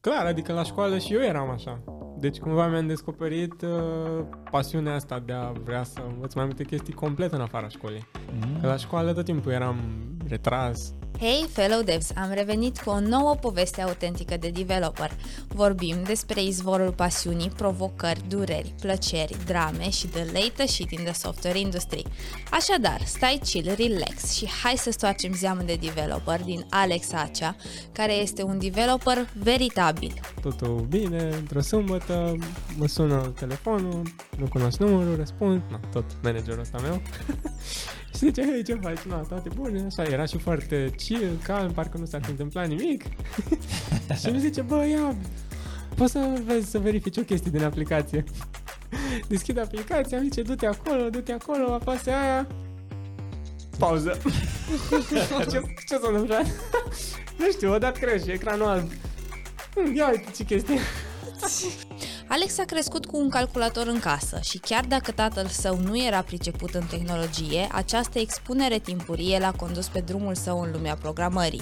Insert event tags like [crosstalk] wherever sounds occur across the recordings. Clar, adică la școală și eu eram așa. Deci cumva mi-am descoperit uh, pasiunea asta de a vrea să învăț mai multe chestii complet în afara școlii. Că la școală tot timpul eram retras. Hey, fellow devs! Am revenit cu o nouă poveste autentică de developer. Vorbim despre izvorul pasiunii, provocări, dureri, plăceri, drame și the latest shit in the software industry. Așadar, stai chill, relax și hai să stoarcem zeamul de developer din Alex Acea, care este un developer veritabil. Totul bine, într-o sâmbătă mă sună telefonul, nu cunosc numărul, răspund, na, tot managerul ăsta meu. [laughs] și zice, hei, ce faci? Na, toate bune, așa, era și foarte chill, calm, parcă nu s-ar fi întâmplat nimic. și mi zice, bă, ia, poți să vezi, să verifici o chestie din aplicație. [laughs] Deschid aplicația, îmi zice, du-te acolo, du-te acolo, apasă aia. Pauză. [laughs] ce, ce s-a întâmplat? nu știu, o dat crash, ecranul alb. Hmm, Ia uite ce chestie. Alex a crescut cu un calculator în casă și chiar dacă tatăl său nu era priceput în tehnologie, această expunere timpurie l-a condus pe drumul său în lumea programării.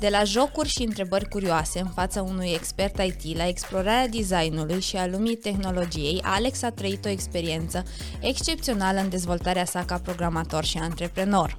De la jocuri și întrebări curioase în fața unui expert IT la explorarea designului și a lumii tehnologiei, Alex a trăit o experiență excepțională în dezvoltarea sa ca programator și antreprenor.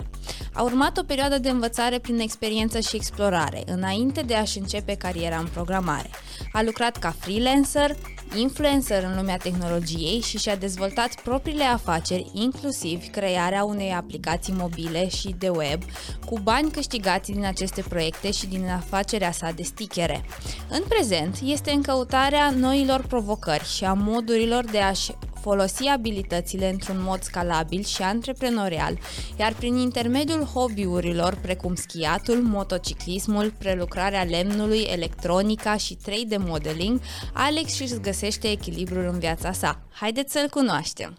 A urmat o perioadă de învățare prin experiență și explorare, înainte de a-și începe cariera în programare. A lucrat ca freelancer, influencer în lumea tehnologiei și și-a dezvoltat propriile afaceri, inclusiv crearea unei aplicații mobile și de web, cu bani câștigați din aceste proiecte și din afacerea sa de stichere. În prezent, este în căutarea noilor provocări și a modurilor de a-și folosi abilitățile într-un mod scalabil și antreprenorial, iar prin intermediul hobby-urilor precum schiatul, motociclismul, prelucrarea lemnului, electronica și 3D modeling, Alex își găsește echilibrul în viața sa. Haideți să-l cunoaștem!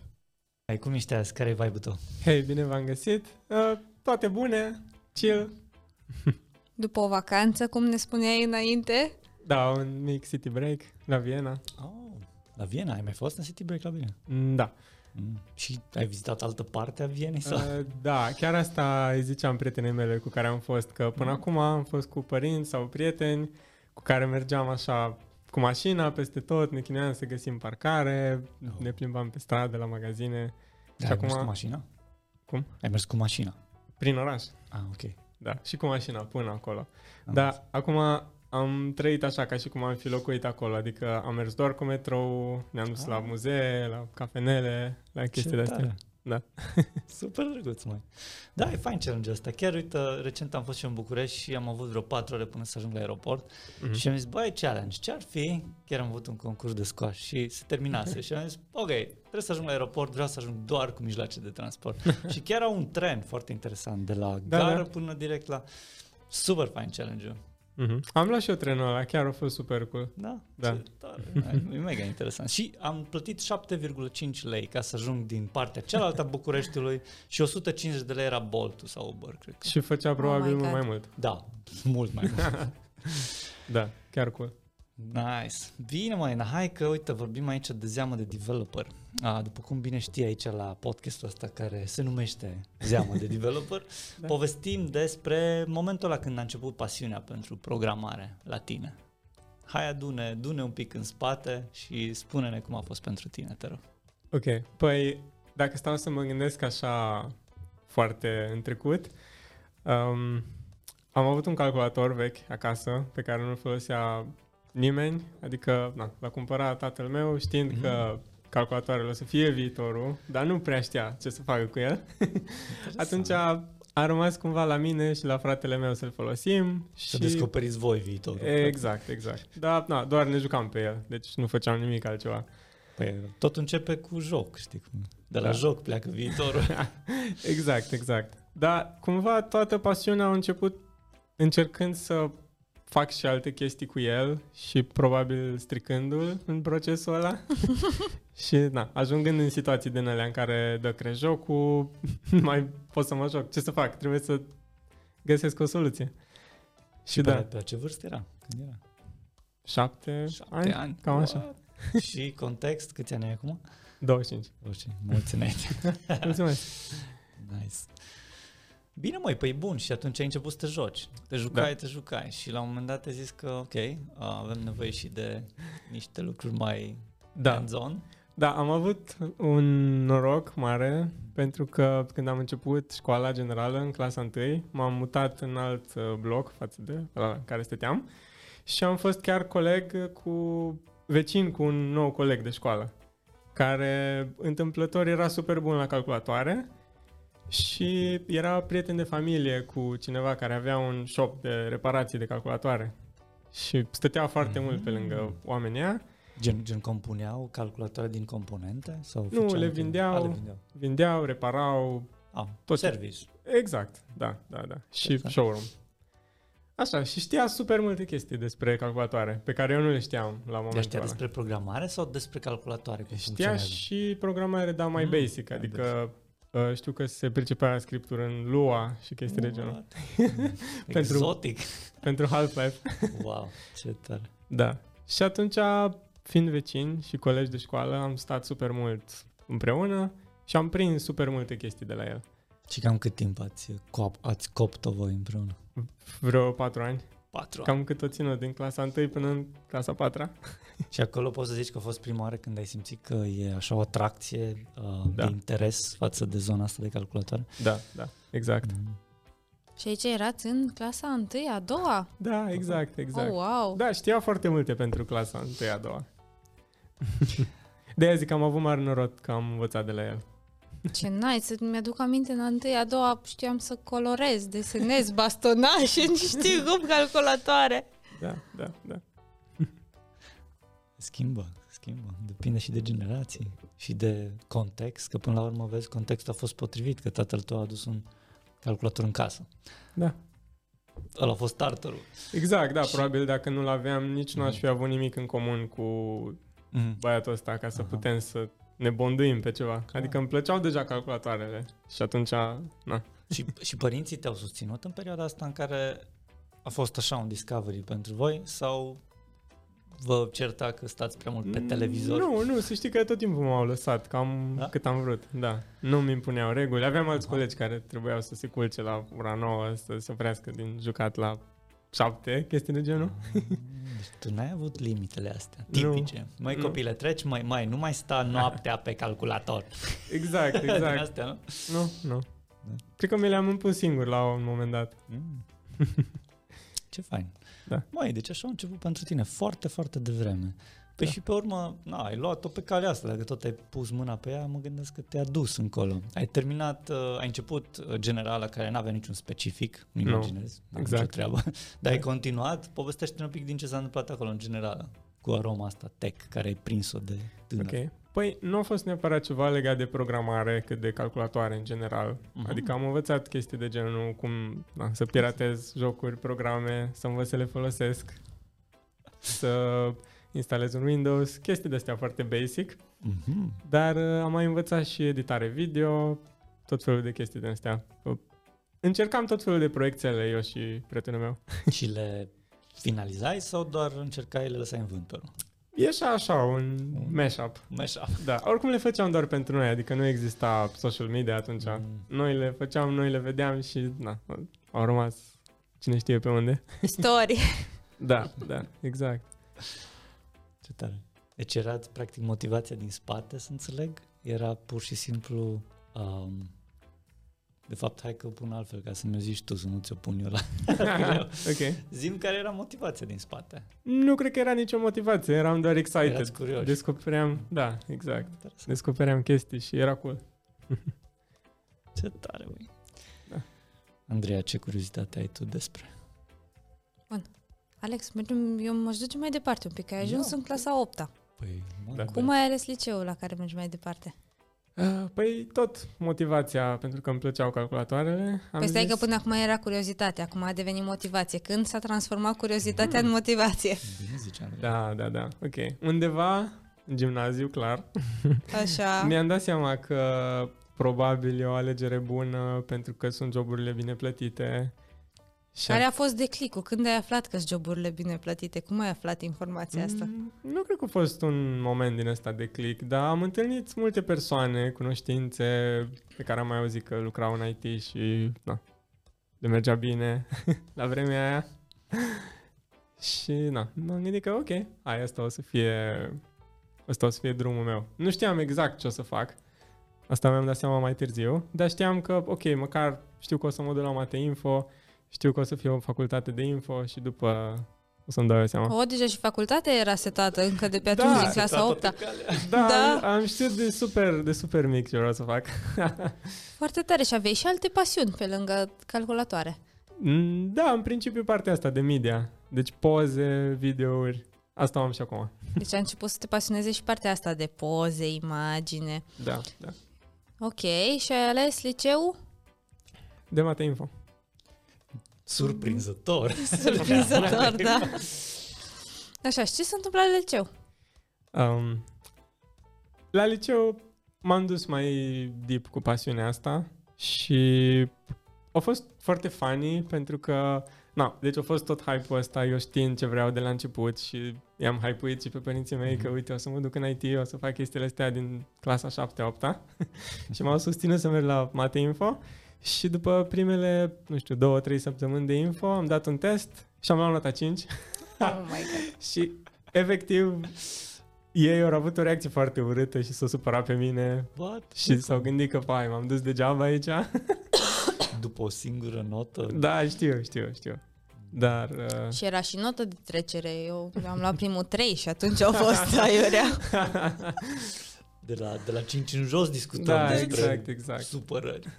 Hai, cum ești azi? Care-i vibe-ul tău? Hei, bine v-am găsit. Uh, toate bune, chill. După o vacanță, cum ne spuneai înainte, Da, un mic city break la Viena. Oh, la Viena, ai mai fost în City Break la Viena? Mm, Da. Mm. Și ai vizitat altă parte a Vienei? Sau? Uh, da, chiar asta îi ziceam prietenii mele cu care am fost, că Mm. până acum am fost cu părinți sau prieteni cu care mergeam așa cu mașina peste tot, ne chinuiam să găsim parcare, Oh. ne plimbam pe stradă, la magazine. și Dar Da, ai mers cu acum, mașina? cum? Ai mers cu mașina. Prin oraș. Ah, ok. Da, și cu mașina până acolo. Dar acum am trăit așa ca și cum am fi locuit acolo, adică am mers doar cu metrou, ne-am dus la muzee, la cafenele, la chestii de astea. tare. Da. [laughs] Super drăguț, mai. Da, e fain challenge ăsta. Chiar, uite, recent am fost și în București și am avut vreo 4 ore până să ajung la aeroport Mhm. mm-hmm. și am zis, băi, challenge, ce-ar fi? Chiar am avut un concurs de squash și se [laughs] terminase și am zis, ok, trebuie să ajung la aeroport, vreau să ajung doar cu mijloace de transport. [laughs] și chiar au un tren foarte interesant, de la Da, da, gară da. da. până direct la... Super fain challenge-ul. Mhm. Am luat și eu trenul ăla, chiar a fost super cool. Da, Da. ce Tare, e mega interesant. Și am plătit 7,5 lei ca să ajung din partea cealaltă a Bucureștiului și 150 de lei era Bolt sau Uber, cred că. Și făcea probabil Oh my mult mai God. mult. Da, mult mai mult. Da, chiar cool. Nice. Bine, mai, na, hai că, uite, vorbim aici de zeamă de developer. A, după cum bine știi aici la podcastul ăsta care se numește Zeamă de [laughs] Developer, da. povestim despre momentul ăla când a început pasiunea pentru programare la tine. Hai adune, dune un pic în spate și spune-ne cum a fost pentru tine, te rog. Ok, păi dacă stau să mă gândesc așa foarte în trecut, um, am avut un calculator vechi acasă pe care nu-l folosea nimeni, adică na, l-a cumpărat tatăl meu știind mm-hmm. că calculatoarele o să fie viitorul, dar nu prea știa ce să facă cu el. Atunci a, a rămas cumva la mine și la fratele meu să-l folosim. Să și... descoperiți voi viitorul. Exact, exact. Dar na, doar ne jucam pe el, deci nu făceam nimic altceva. Păi, tot începe cu joc, știi cum? De la Da. da. joc pleacă viitorul. Exact, exact. Dar cumva toată pasiunea a început încercând să fac și alte chestii cu el și probabil stricându-l în procesul ăla. [laughs] și na, ajungând în situații din alea în care dă creș jocul, nu mai pot să mă joc. Ce să fac? Trebuie să găsesc o soluție. [laughs] Și da, Pe, pe Păi, ce vârstă era? Când era? șapte, Șapte ani, ani. cam așa, What? [laughs] Și context, câți ani ai acum? 25. [laughs] Orice, mulți înainte. Mulțumesc. nice. Bine măi, păi bun și atunci ai început să te joci. Te jucai, da. te jucai și la un moment dat ai zis că ok, uh, avem nevoie și de niște lucruri mai Da. hands-on. Da, am avut un noroc mare pentru că când am început școala generală în clasa 1, m-am mutat în alt uh, bloc față de ăla în care stăteam și am fost chiar coleg cu vecin cu un nou coleg de școală care întâmplător era super bun la calculatoare și era prieten de familie cu cineva care avea un shop de reparații de calculatoare și stătea foarte mult pe lângă oamenii ăia Gen, gen compuneau calculatoare din componente? Sau Nu, făceau le din- vindeau. A, le vindeau. Vindeau, reparau. A, Tot Tot ce- service. Exact, da, da, da. Și Exact. showroom. Așa, și știa super multe chestii despre calculatoare, pe care eu nu le știam la Deci momentul știa ăla. despre programare sau despre calculatoare? Cum Știa funcționează? și programare, dar mai Mm, deci. basic, mai adică uh, știu că se pricepea scriptură în Lua și chestii de genul. What? [laughs] Pentru- Exotic. Pentru Half-Life wow, ce tare. Da. Și atunci, fiind vecini și colegi de școală, am stat super mult împreună și am prins super multe chestii de la el. Și cam cât timp ați, cop, ați copt-o voi împreună? Vreo patru ani, Patru cam cât o ținut din clasa 1 până în clasa 4 Și acolo poți să zici că a fost prima oară când ai simțit că e așa o atracție uh, Da. da. de interes față de zona asta de calculatoare? Da, da, exact. Și aici erați în clasa a întâia, a doua? Da, exact, exact. Oh, wow! Da, știa foarte multe pentru clasa 1 a [laughs] doua. De-aia zic că am avut mare noroc că am învățat de la el. Ce nice! Să mi-aduc aminte în a întâia, a doua știam să colorez, desenez bastonașe, [laughs] nu știu cum, calculatoare. Da, da, da. Schimbă, schimbă. Depinde și de generații și de context, că până la urmă vezi contextul a fost potrivit, că tatăl tău a adus un calculator în casă. Da. Ăla a fost starterul. Exact, da, Și- Mhm. probabil dacă nu l-aveam, nici nu aș fi avut nimic în comun cu Mm. băiatul ăsta ca să Aha. putem să ne bonduim pe ceva. Adică îmi plăceau deja calculatoarele și atunci, na. Și, și părinții te-au susținut în perioada asta în care a fost așa un discovery pentru voi sau vă certa că stați prea mult pe televizor? Mm, Nu, nu, să știi că tot timpul m-au lăsat, cam da? Da? cât am vrut, da. Nu mi impuneau reguli. Aveam alți Aha. colegi care trebuiau să se culce la ora 9, să se oprească din jucat la 7, chestii de [laughs] genul. Deci tu n-ai avut limitele astea Nu. tipice. Mai Nu. copile, treci, mai, mai, nu mai sta noaptea pe calculator. Exact, Din exact. astea, nu? nu, nu. Da. Cred că mi le-am impus singur la un moment dat. Mm. [laughs] Ce fain. Da. Mai, deci așa a început pentru tine foarte, foarte devreme. Păi Da. și pe urmă, na, ai luat-o pe calea asta, dacă tot ai pus mâna pe ea, mă gândesc că te-a dus încolo. Ai terminat, uh, ai început uh, generala care n-avea niciun specific, îmi Nu. imaginez, n-am Exact. nicio treabă, [laughs] dar ai continuat, povestește-ne un pic din ce s-a întâmplat acolo în generală, cu aroma asta tech care ai prins-o de tânăr. Ok. Păi nu a fost neapărat ceva legat de programare, cât de calculatoare în general. Mhm. Adică am învățat chestii de genul cum na, să piratez jocuri, programe, să învăț să le folosesc, să instalez un Windows, chestii de-astea foarte basic. Mhm. Dar uh, am mai învățat și editare video, tot felul de chestii de-astea. Uh, Încercam tot felul de proiectele eu și prietenul meu. Și le finalizai sau doar încercai, le lăsai în vânt pe urmă? Ieșea așa un Mm. mashup. Așa. Da, oricum le făceam doar pentru noi, adică nu exista social media atunci. Mm. Noi le făceam, noi le vedeam și na, au rămas cine știe pe unde. Istorie! Da, da, [laughs] exact. Ce tare. Deci era practic motivația din spate, să înțeleg? Era pur și simplu... Um, de fapt, hai că o pun altfel, ca să-mi o zici tu, să nu ți-o pun eu la... [laughs] ok. Zim care era motivația din spate. Nu cred că era nicio motivație, eram doar excited. Erați curioși. Descopeream, da, exact. Interesant. Descopeream chestii și era cool. Ce tare, băi. Da. Andreea, ce curiozitate ai tu despre? Alex, mergem, eu m-aș duce mai departe un pic, ai ajuns Da. în clasa 8 Păi, mă, Da. Cum ai ales liceul la care mergi mai departe? Ah, Păi tot motivația pentru că îmi plăceau calculatoarele. Am Păi stai zis- că până acum era curiozitate, acum a devenit motivație. Când s-a transformat curiozitatea Hmm. în motivație? Bine zice Da, Andreea. da, da, ok. Undeva în gimnaziu, clar, [laughs] Așa. Mi-am dat seama că probabil e o alegere bună pentru că sunt joburile bine plătite. Și Care a fost declicul? Când ai aflat că sunt joburile bine plătite? Cum ai aflat informația asta? Mm, Nu cred că a fost un moment din ăsta de click, dar am întâlnit multe persoane, cunoștințe pe care am mai auzit că lucrau în IT și na, le mergea bine [laughs] la vremea aia. Și na, m-am gândit că ok, hai, asta o să fie, asta o să fie drumul meu. Nu știam exact ce o să fac, asta mi-am dat seama mai târziu, dar știam că ok, măcar știu că o să mă duc la Mate Info, știu că o să fie o facultate de info și după o să-mi dau eu seama. O, deja și facultatea era setată încă de pe Da, atunci, din setată clasa 8 Da, Da. am știut de super, de super mic ce vreau să fac. [laughs] Foarte tare și aveai și alte pasiuni pe lângă calculatoare. Mm, Da, în principiu partea asta de media. Deci poze, videouri. Asta o am și acum. Deci a început să te pasioneze și partea asta de poze, imagine. Da, da. Ok, și ai ales liceu? De Mate Info. Surprinzător. Surprinzător, da. Așa, și ce s-a întâmplat la liceu? Um, la liceu m-am dus mai deep cu pasiunea asta și a fost foarte funny pentru că, na, deci a fost tot hype-ul ăsta, eu știind ce vreau de la început și i-am hype-uit și pe părinții mei că, uite, o să mă duc în IT, o să fac chestiile astea din clasa 7-8-a și m-au susținut să merg la Mate Info și după primele, nu știu, două, trei săptămâni de info am dat un test și am luat nota 5 Oh my God. și efectiv ei au avut o reacție foarte urâtă și s-au supărat pe mine What? și s-au gândit că, pai, m-am dus degeaba aici. După o singură notă. da, știu, știu, știu. Dar [laughs] uh, Și era și notă de trecere. Eu am luat primul 3 și atunci au fost aiurea. De la, de la 5 în jos discutăm Da, despre exact, exact. supărări. [laughs]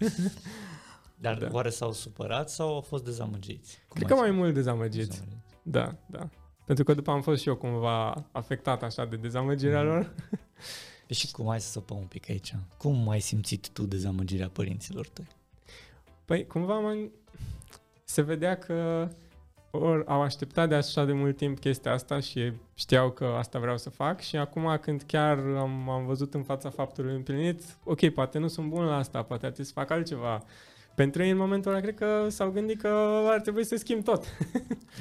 Dar Da. da. oare s-au supărat sau au fost dezamăgiți? Cum cred ai că mai spus? mult dezamăgiți. Da, da. Pentru că după am fost și eu cumva afectat așa de dezamăgirea lor. Păi Și cum ai să săpăm un pic aici? Cum ai simțit tu dezamăgirea părinților tăi? Păi cumva m-am... se vedea că or, au așteptat de așa de mult timp chestia asta și știau că asta vreau să fac și acum când chiar am, am văzut în fața faptului împlinit, ok, poate nu sunt bun la asta, poate ar trebui să fac altceva. Pentru ei în momentul ăla cred că s-au gândit că ar trebui să schimb tot.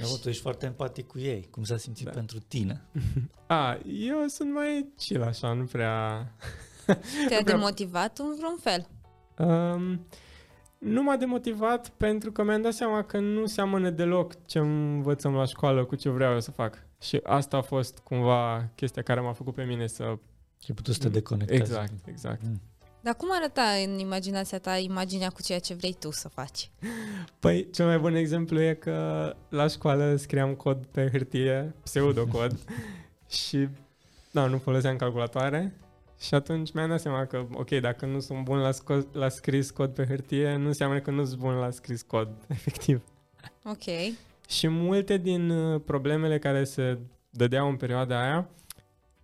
Eu, Da, tu ești foarte empatic cu ei. Cum s-a simțit Da. da. pentru tine? A, eu sunt mai chill așa, nu prea... Te-a demotivat în vreun fel. Um, nu m-a demotivat pentru că mi-am dat seama că nu seamănă deloc ce învățăm la școală cu ce vreau eu să fac. Și asta a fost cumva chestia care m-a făcut pe mine să... Ai putut să te deconectezi. Exact, exact. Mm. Dar cum arăta în imaginația ta imaginea cu ceea ce vrei tu să faci? Păi, cel mai bun exemplu e că la școală scriam cod pe hârtie, [laughs] pseudocod, și da, nu foloseam calculatoare. Și atunci mi-am dat seama că, ok, dacă nu sunt bun la, sco- la scris cod pe hârtie, nu înseamnă că nu sunt bun la scris cod, [laughs] efectiv. Ok. Și multe din uh, problemele care se dădeau în perioada aia,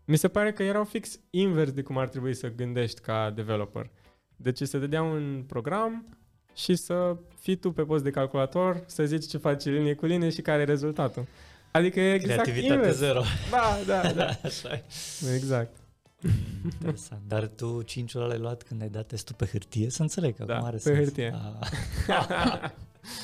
mi se pare că erau fix invers de cum ar trebui să gândești ca developer. Deci se dădea un program și să fii tu pe post de calculator, să zici ce faci linie cu linie și care e rezultatul. Adică e exact Creativitate invers. [laughs] zero. Da, da, da. [laughs] Așa e. Exact. Interesant. Dar tu cinciul ăla l-ai luat când ai dat testul pe hârtie? Să înțeleg că Da, acum are pe sens. hârtie. Ah. [laughs]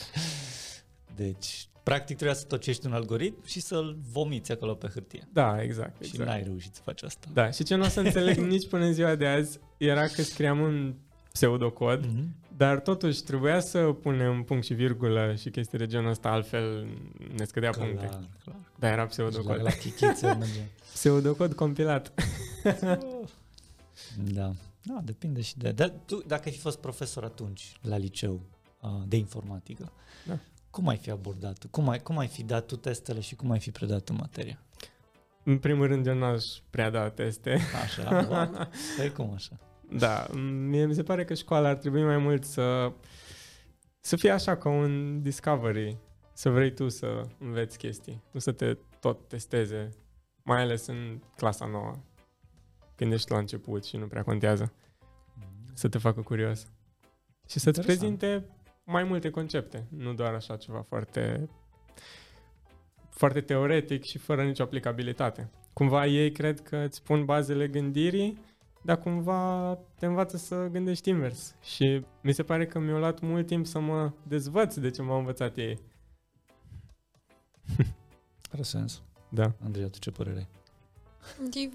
deci, practic trebuia să tocești un algoritm și să-l vomiți acolo pe hârtie. Da, exact. Și exact. n-ai reușit să faci asta. Da, și ce nu o să [laughs] înțeleg nici până în ziua de azi era că scriam un pseudocod Mhm. Dar totuși trebuia să punem punct și virgulă și chestii de genul ăsta, altfel ne scădea Clar, puncte. clar. Dar era Deci La, pseudocod. la [laughs] chichiță mergea. Pseudocod compilat. [laughs] Da. Da, depinde și de... Dar tu, dacă ai fi fost profesor atunci la liceu uh, de informatică, Da. cum ai fi abordat? Cum ai, cum ai fi dat tu testele și cum ai fi predat tu materia? În primul rând eu n-aș prea da teste. [laughs] Așa, [laughs] what? Păi cum așa? Da, mie mi se pare că școala ar trebui mai mult să, să fie așa ca un discovery, să vrei tu să înveți chestii, nu să te tot testeze, mai ales în clasa nouă, când ești la început și nu prea contează, să te facă curios. Și să-ți Interesant. prezinte mai multe concepte, nu doar așa ceva foarte, foarte teoretic și fără nicio aplicabilitate. Cumva ei cred că îți pun bazele gândirii dar cumva te învață să gândești invers. Și mi se pare că mi-a luat mult timp să mă dezvăț de ce m-au învățat ei. Are sens. Da. Andrei, tu ce părere ai?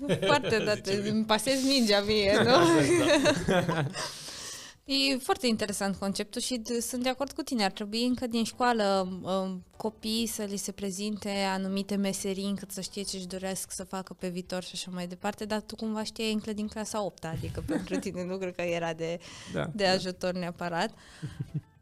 E foarte dat, îmi pasez mingea mie, nu? [laughs] E foarte interesant conceptul și d- sunt de acord cu tine. Ar trebui încă din școală um, copiii să li se prezinte anumite meserii încât să știe ce își doresc să facă pe viitor și așa mai departe, dar tu cumva știai încă din clasa 8 adică pentru tine nu cred că era de, Da. de ajutor neapărat.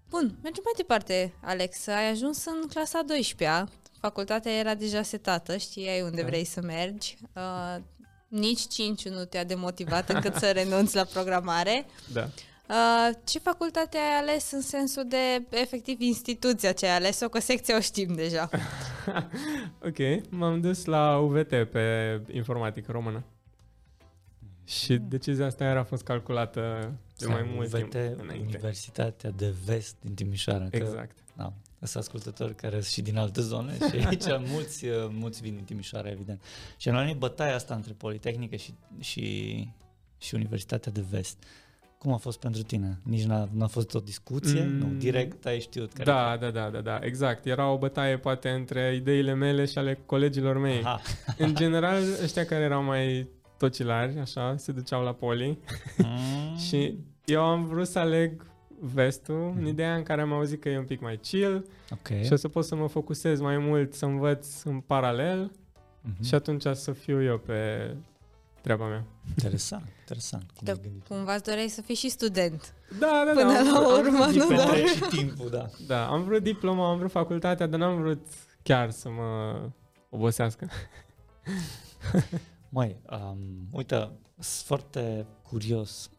Bun, mergem mai departe, Alex. Ai ajuns în clasa 12-a, facultatea era deja setată, știai unde Da. vrei să mergi. Uh, nici 5 nu te-a demotivat încât [laughs] să renunți la programare. da. Uh, ce facultate ai ales în sensul de, efectiv, instituția ce ai ales-o, că secția o știm [laughs] deja. Ok, m-am dus la UVT pe informatică română. Și Hmm. decizia asta era fost calculată de mai mult UVT, timp înainte. Exact. Universitatea de Vest din Timișoara. că- Exact. Da. Sunt ascultători care sunt și din alte zone și [laughs] aici mulți, uh, mulți vin din Timișoara, evident. Și în anii bătaia asta între Politehnică și, și, și Universitatea de Vest. Cum a fost pentru tine? Nici n-a, n-a fost o discuție? Mm. Nu, direct ai știut. Care Da, da, da, da, da, exact. Era o bătaie poate între ideile mele și ale colegilor mei. Aha, În general, ăștia care erau mai tocilari, așa, se duceau la poli Mm. și eu am vrut să aleg vestul, în ideea în care am auzit că e un pic mai chill Hmm. ok. și o să pot să mă focusez mai mult, să învăț în paralel Mhm. și atunci să fiu eu pe treaba mea. Interesant, interesant. Cum Da. ai gândit. Cumva îți doreai să fii și student. Da, da, Până da. am la vrut- am vrut urmă, nu, diploma. da. Petreci și timpul, da. Da, am vrut diploma, am vrut facultatea, dar n-am vrut chiar să mă obosească. Măi, um, uite, sunt foarte curios.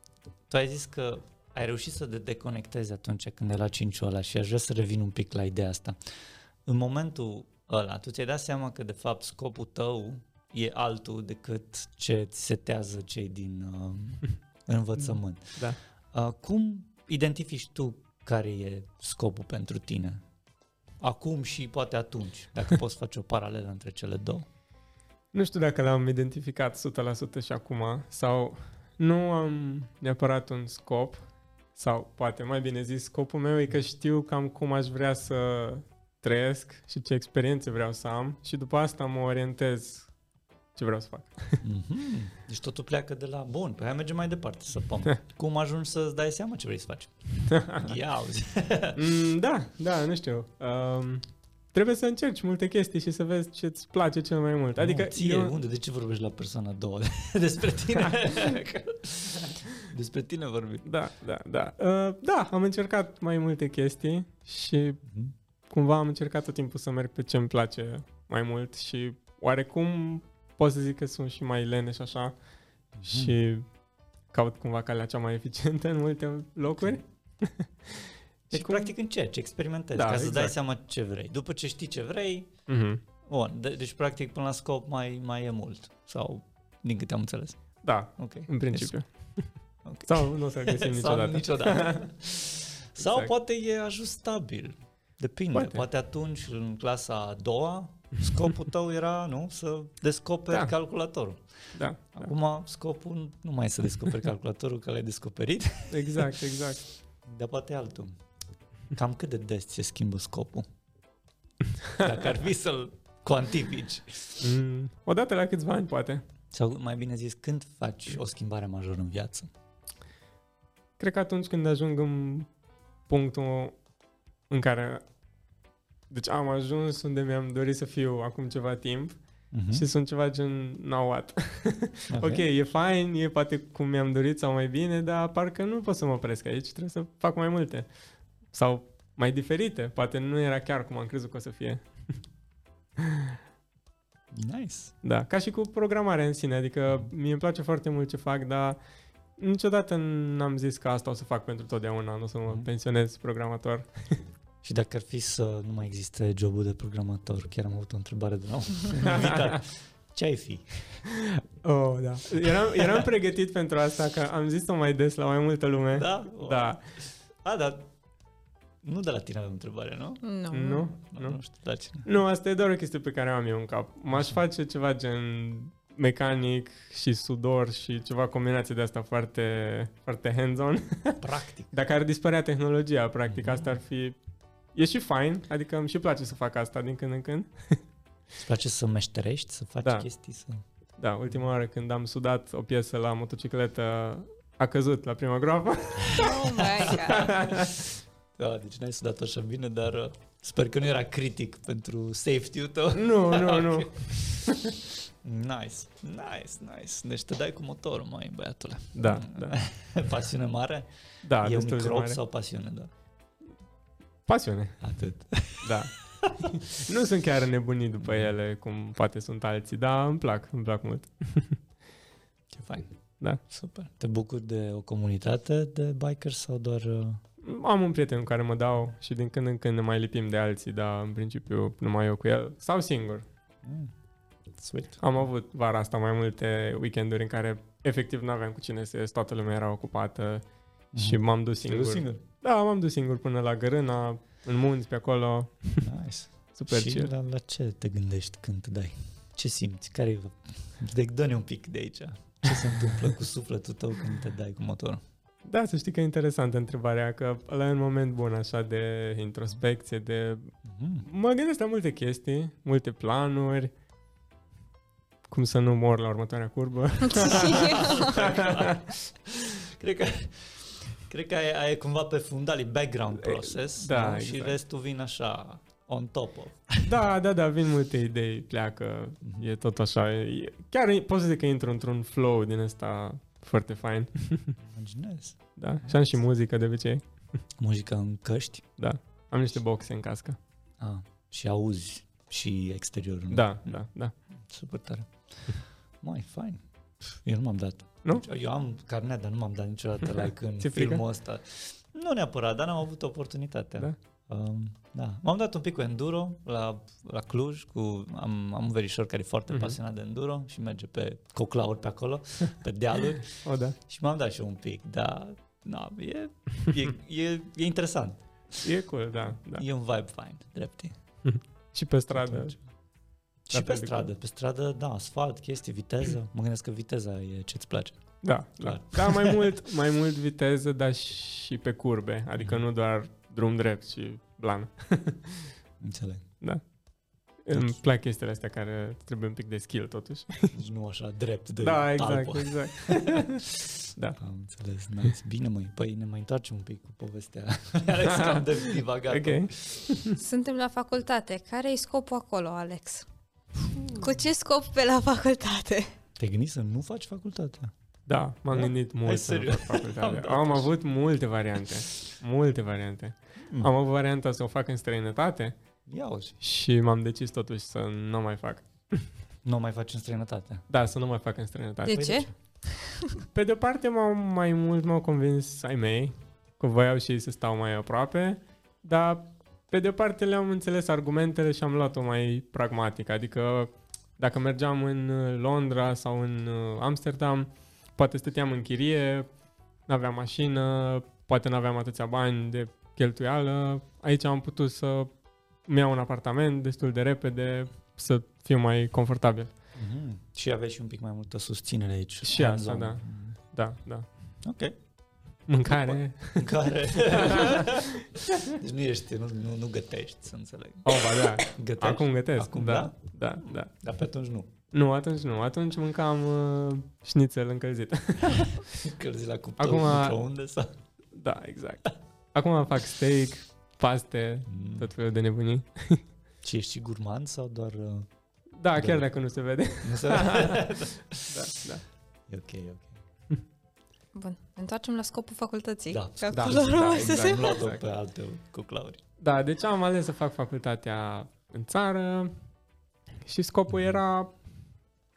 Tu ai zis că ai reușit să te deconectezi atunci când era cinciul ăla și aș vrea să revin un pic la ideea asta. În momentul ăla, tu ți-ai dat seama că de fapt scopul tău e altul decât ce ți setează cei din um, învățământ. Da. Uh, cum identifici tu care e scopul pentru tine? Acum și poate atunci, dacă poți face o paralelă între cele două. Nu știu dacă l-am identificat 100% și acum sau nu am neapărat un scop sau poate mai bine zis scopul meu e că știu cam cum aș vrea să trăiesc și ce experiențe vreau să am și după asta mă orientez ce vreau să fac. Mhm. Deci totul pleacă de la bun, pe hai mergem mai departe să [laughs] păm. Cum ajungi să-ți dai seama ce vrei să faci? Ia auzi. Mm, da, da, nu știu. Um, trebuie să încerci multe chestii și să vezi ce îți place cel mai mult. Adică nu, ție, eu, unde, de ce vorbești la persoana a doua? [laughs] Despre [laughs] tine. Despre tine vorbim. Da, da, da. Uh, da, am încercat mai multe chestii și Mhm. cumva am încercat tot timpul să merg pe ce îmi place mai mult și oarecum pot să zic că sunt și mai leneș așa Mhm. și caut cumva calea cea mai eficientă în multe locuri. [laughs] Deci cum- practic încerci, experimentezi, Da, ca să-ți dai exact. seama ce vrei. După ce știi ce vrei, Mhm. bun, de- deci practic până la scop mai, mai e mult. Sau din câte am înțeles. Da, Ok. în principiu. Ok. Sau nu o să-l găsim [laughs] Sau niciodată. niciodată. [laughs] Sau Exact. poate e ajustabil. Depinde. Poate. Poate. poate atunci, în clasa a doua, scopul tău era, nu, să descoperi da. Da. calculatorul. Da, da. Acum scopul nu mai e să [laughs] descoperi calculatorul, că l-ai descoperit, exact, exact. dar poate e altul. Cam cât de des se schimbă scopul? Dacă ar fi să-l cuantifici. Mm, odată la câțiva ani, poate. Sau mai bine zis, când faci o schimbare majoră în viață? Cred că atunci când ajung în punctul în care... Deci am ajuns unde mi-am dorit să fiu acum ceva timp Mhm. și sunt ceva gen now what. Mm. Ok, e fain, e poate cum mi-am dorit sau mai bine, dar parcă nu pot să mă opresc aici, trebuie să fac mai multe. Sau mai diferite, poate nu era chiar cum am crezut că o să fie. Nice. Da, ca și cu programarea în sine, adică mie îmi place foarte mult ce fac, dar niciodată n-am zis că asta o să fac pentru totdeauna, nu o să mă Mhm. pensionez programator. Și dacă ar fi să nu mai existe jobul de programator, chiar am avut o întrebare [laughs] de la un invitat. Ce ai fi? Oh, da. Eram, eram pregătit pentru asta, că am zis-o mai des la mai multă lume. Da? Da. A, da. Nu de la tine avem întrebare, nu? Nu. Nu? Nu, Nu? nu știu de la cine. Nu, asta e doar o chestie pe care am eu în cap. M-aș face ceva gen mecanic și sudor și ceva combinație de asta foarte, foarte hands-on. Practic. Dacă ar dispărea tehnologia, Mhm. practic, asta ar fi... E și fain, adică îmi și place să fac asta din când în când. Îți place să meșterești, să [laughs] faci Da. chestii, să... Da, ultima oară când am sudat o piesă la motocicletă, a căzut la prima groapă. [laughs] Oh my God. Da, deci n-ai sudat așa bine, dar uh, sper că nu era critic pentru safety-ul tău. nu, nu, nu. [laughs] Nice, nice, nice. Deci te dai cu motorul, mai [laughs] băiatule. Da, da. pasiune mare? Da, e un destul de microb mare. sau pasiune, da. Pasiune, Atât. [laughs] da. nu sunt chiar nebunit după ele, cum poate sunt alții, dar îmi plac, îmi plac mult. Ce fain. Da. Super. Te bucuri de o comunitate de biker sau doar... uh, Am un prieten cu care mă dau și din când în când ne mai lipim de alții, dar în principiu numai eu cu el. Sau singur. Mm. Sweet. Am avut vara asta mai multe weekenduri în care efectiv nu aveam cu cine să ies, toată lumea era ocupată Mhm. și m-am dus Singur. singur. singur. Da, m-am dus singur până la Gărâna, în munți, pe acolo, Nice. super și chill. la, la ce te gândești când te dai? Ce simți? Care e... Deci dă-ne un pic de aici. Ce se întâmplă cu sufletul tău când te dai cu motorul? Da, să știi că e interesantă întrebarea, că la un moment bun așa de introspecție, de... Mm. Mă gândesc la multe chestii, multe planuri, cum să nu mor la următoarea curbă. [laughs] [laughs] Cred că... Cred că ai, ai cumva pe fundalii background process da, nu? și exact. restul vin așa on top of. Da, da, da, vin multe idei, pleacă, e tot așa. E, chiar e- pot să zic că intru într-un flow din ăsta foarte fain. Imaginez. Da, și am și muzică de obicei. Muzica în căști Da, am niște boxe în cască. ah, și auzi și exteriorul. nu? Da, da, da. Super tare. Mai, fain. Eu nu m-am dat. Deci, Nu? Eu am carnet, dar nu m-am dat [laughs] niciodată like în Ți-e frică? filmul ăsta. Nu neapărat, dar n-am avut oportunitatea. Da? Um, da. M-am dat un pic cu enduro la, la Cluj, cu, am, am un verișor care e foarte Mhm. pasionat de enduro și merge pe coclauri pe acolo, pe dealuri [laughs] O, da. și m-am dat și eu un pic, dar na, e, [laughs] e, e, e interesant, E cool, da, da. da. e un vibe fain, drepte. Și pe stradă. Atunci. Și pe Atât de stradă, pe stradă, da, asfalt, chestii, viteză, mă gândesc că viteza e ce-ți place. Da, da. Clar. Da, mai mult, mai mult viteză, dar și pe curbe. Adică nu doar drum drept și blană. Înțeleg. Îmi plac chestiile astea care trebuie un pic de skill totuși. Deci nu așa drept de da, exact, talpă. exact. da. Am înțeles, nice. Bine măi, păi ne mai întoarcem un pic cu povestea. [laughs] Alex, că am de divagat. Ok. Suntem la facultate. Care e scopul acolo, Alex? Cu ce scop pe la facultate? Te gândi să nu faci facultatea? Da, m-am Da? gândit mult să nu serios? fac facultatea. dat Am avut multe variante. Multe variante. Mm. Am avut varianta să o fac în străinătate Ia uzi. și m-am decis totuși să nu o mai fac. Nu o mai faci în străinătate. Păi Da, să nu mai fac în străinătate. De ce? Pe de-o parte, m-au, mai mult m-au convins ai mei că voiau și ei să stau mai aproape, dar pe de-o parte le-am înțeles argumentele și am luat-o mai pragmatic. Adică dacă mergeam în uh, Londra sau în uh, Amsterdam, poate stăteam în chirie, n-aveam mașină, poate n-aveam atâția bani de cheltuială. Aici am putut să îmi iau un apartament destul de repede, să fiu mai confortabil. Mm-hmm. Și aveai și un pic mai multă susținere aici. Și în asta, zonă. da. Da, da. Ok. [laughs] Mâncare. [laughs] În care... deci nu ești, nu, nu, nu gătești, să înțeleg. Oh, ba da. Gătești? Acum gătesc, Acum da, da? da, da. Dar pe atunci nu. [laughs] Nu, atunci nu. Atunci mâncam uh, șnițel încălzit. [laughs] Călzi la cuptor, Acum- Acum... unde sau... da, exact. Acum fac steak, paste, Mm. tot felul de nebunii. Și ești și gurman sau doar... [laughs] uh, Da, Da. chiar dacă nu se vede. [laughs] Nu se da. Da, da. E ok, e ok. Bun, ne întoarcem la scopul facultății. Da. Că Da, acolo da, rău exact. să se Am luat-o Exact. pe alte coclauri. da, deci am ales să fac facultatea în țară și scopul era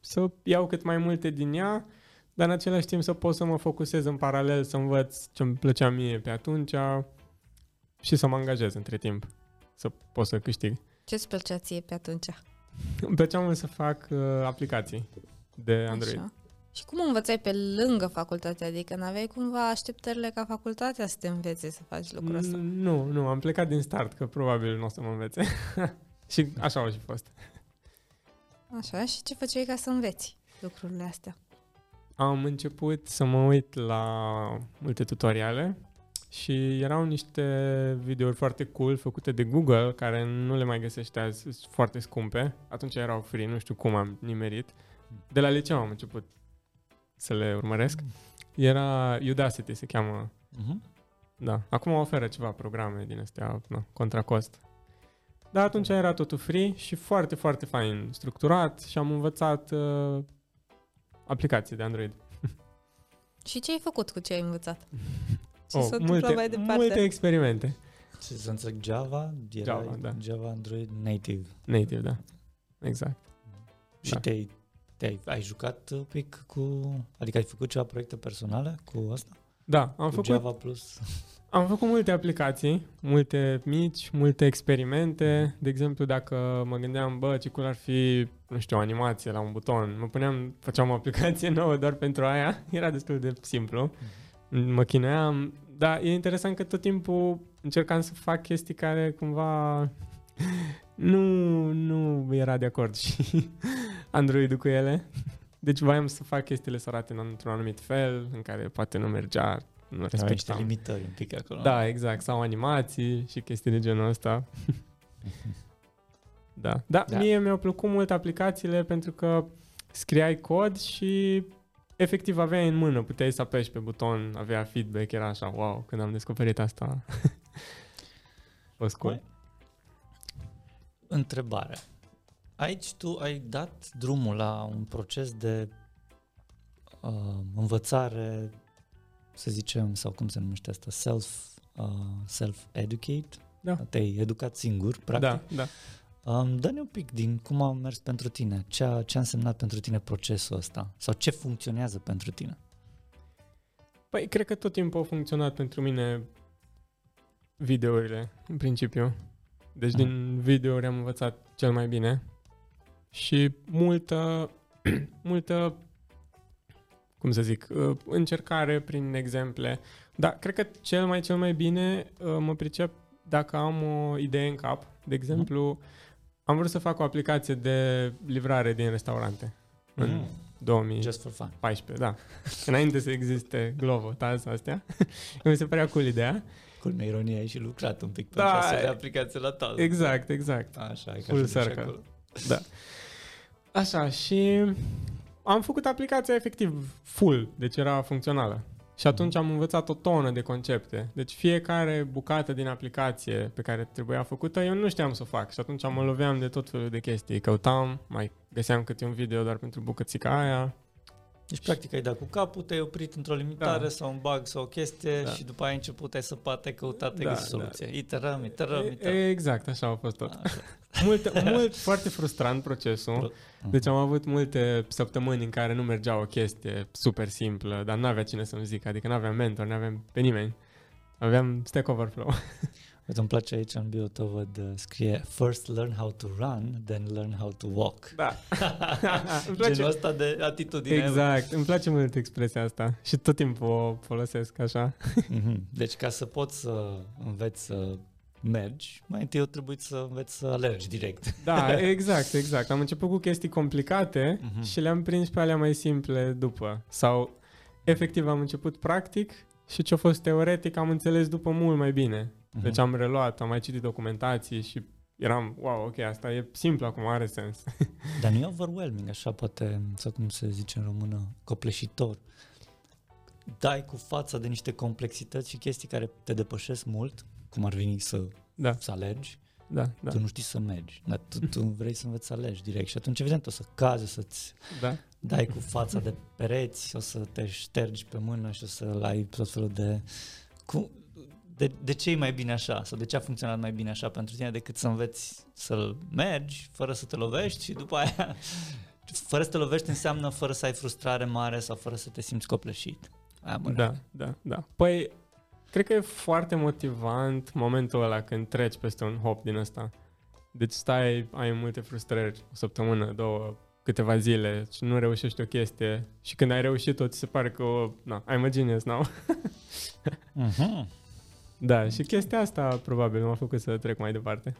să iau cât mai multe din ea, dar în același timp să pot să mă focusez în paralel, să învăț ce îmi plăcea mie pe atunci și să mă angajez între timp, să pot să câștig. Ce-ți plăcea ție pe atunci? Îmi plăcea mult să fac uh, aplicații de Android. Așa. Așa. Și cum învățai pe lângă facultate? Adică n-aveai cumva așteptările ca facultatea să te învețe să faci lucrul ăsta? Mm, Nu, nu, am plecat din start, că probabil nu o să mă învețe. [laughs] și așa au și fost. Așa, și ce făceai ca să înveți lucrurile astea? Am început să mă uit la multe tutoriale și erau niște videouri foarte cool făcute de Google, care nu le mai găsește azi, sunt foarte scumpe. Atunci erau free, nu știu cum am nimerit. De la liceu am început să le urmăresc. Era Udacity, se cheamă. Uh-huh. Da. Acum oferă ceva programe din astea, na, contra cost. Dar atunci era totul free și foarte, foarte fain structurat și am învățat uh, aplicații de Android. Și ce ai făcut cu ce ai [laughs] învățat? Ce s-a întâmplat mai Oh, multe, departe? multe experimente. Și să înțeleg Java, era Java, Java, da. da. Java Android native. Native, da. Exact. Și Da. te-ai, te-ai ai jucat un pic cu... Adică ai făcut ceva proiecte personale cu asta? Da, am cu făcut Java [laughs] Plus? Am făcut multe aplicații, multe mici, multe experimente. De exemplu, dacă mă gândeam, bă, ce cool ar fi, nu știu, o animație la un buton, mă puneam, făceam o aplicație [laughs] nouă doar pentru aia, era destul de simplu. Mă chinuiam, dar e interesant că tot timpul încercam să fac chestii care cumva [laughs] nu, nu era de acord și [laughs] Android-ul cu ele. Deci voiam să fac chestiile să arate într-un anumit fel, în care poate nu mergea, nu Aveai niște respectam limitări un pic acolo. da, exact, sau animații și chestii de genul ăsta. [laughs] da. da. Da, Da. mie mi-au plăcut mult aplicațiile pentru că scriai cod și efectiv aveai în mână, puteai să apeși pe buton, avea feedback, era așa, wow, când am descoperit asta. [laughs] o scurt. Mai- Întrebare. Aici tu ai dat drumul la un proces de uh, învățare, să zicem, sau cum se numește asta, self, uh, self-educate. Da. Te-ai educat singur, practic. Da, da. Um, dă-ne un pic din cum a mers pentru tine, ce a, ce a însemnat pentru tine procesul ăsta sau ce funcționează pentru tine. Păi, cred că tot timpul au funcționat pentru mine videourile, în principiu. Deci din videouri am învățat cel mai bine și multă, [clears throat] multă, cum să zic, uh, încercare prin exemple. Dar cred că cel mai, cel mai bine uh, mă pricep dacă am o idee în cap. De exemplu, am vrut să fac o aplicație de livrare din restaurante în Mm. 2000. Just for fun. 14, da. Înainte să existe Glovo, Taz, astea. [laughs] Mi se părea cool ideea. Cu ironie ai și lucrat un pic Da, pentru astfel de aplicație la ta. Exact, exact. Așa, e Full ca și circle. acolo. Așa, și am făcut aplicația efectiv full, deci era funcțională. Și atunci am învățat o tonă de concepte. Deci fiecare bucată din aplicație pe care trebuia făcută, eu nu știam să o fac. Și atunci mă loveam de tot felul de chestii. Căutam, mai găseam câte un video doar pentru bucățica aia. Deci, practic, ai dat cu capul, te-ai oprit într-o limitare Da. da. sau un bug sau o chestie Da, da. și după aia ai început, ai săpat, ai căutat, ai Da, da, găsit da. soluție. Da. Iterăm, iterăm, E- iterăm. Exact, așa a fost tot. Așa. [laughs] Mult, mult, foarte frustrant procesul. Deci am avut multe săptămâni în care nu mergea o chestie super simplă, dar n-avea cine să-mi zic, adică n-aveam mentor, n-aveam pe nimeni. Aveam Stack Overflow. Uite, îmi place aici în bio tău, văd, uh, scrie First learn how to run, then learn how to walk. Da. [laughs] Îmi place. Genul ăsta de atitudine. Exact, îmi place mult expresia asta și tot timpul o folosesc așa. Mhm. Deci ca să poți să înveți să mergi, mai întâi o trebuie să înveți să alergi direct. Da, exact, exact. Am început cu chestii complicate Mhm. și le-am prins pe alea mai simple după. Sau efectiv am început practic și ce a fost teoretic am înțeles după mult mai bine. Mhm. Deci am reluat, am mai citit documentații și eram, wow, ok, asta e simplu acum, are sens. Dar nu e overwhelming, așa poate, sau cum se zice în română, copleșitor. Dai cu fața de niște complexități și chestii care te depășesc mult, cum ar veni să, Da, să alergi, da, da, da. tu nu știi să mergi, dar tu, tu vrei să înveți să alergi direct și atunci evident o să cazi, o să-ți da. dai cu fața de pereți, o să te ștergi pe mână și o să ai tot felul de... Cu, de, de ce e mai bine așa? Sau de ce a funcționat mai bine așa pentru tine decât să înveți să mergi fără să te lovești și după aia... [laughs] Fără să te lovești înseamnă fără să ai frustrare mare sau fără să te simți copleșit. Aia mă Da, da, da. Păi, cred că e foarte motivant momentul ăla când treci peste un hop din ăsta. Deci stai, ai multe frustrări, o săptămână, două, câteva zile și nu reușești o chestie și când ai reușit-o, ți se pare că, o- na, I'm a genius now. Uh-huh. Da, și chestia asta probabil m-a făcut să trec mai departe.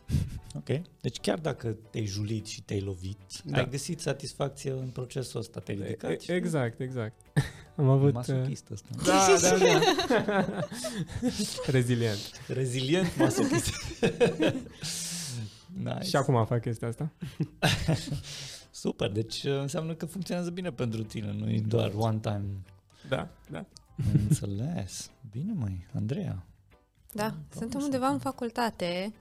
Ok. Deci chiar dacă te-ai julit și te-ai lovit, Da. da. ai găsit satisfacție în procesul ăsta, te-ai ridicat. E- Exact, exact. [laughs] Am avut... uh, Masochist ăsta. Da, da, da. Rezilient. Rezilient [laughs] masochist. nice. Și acum fac chestia asta. Super, deci uh, înseamnă că funcționează bine pentru tine, nu e doar one [laughs] time. Da, da. Am Înțeles. Bine mai, Andreea. Da, suntem undeva în facultate,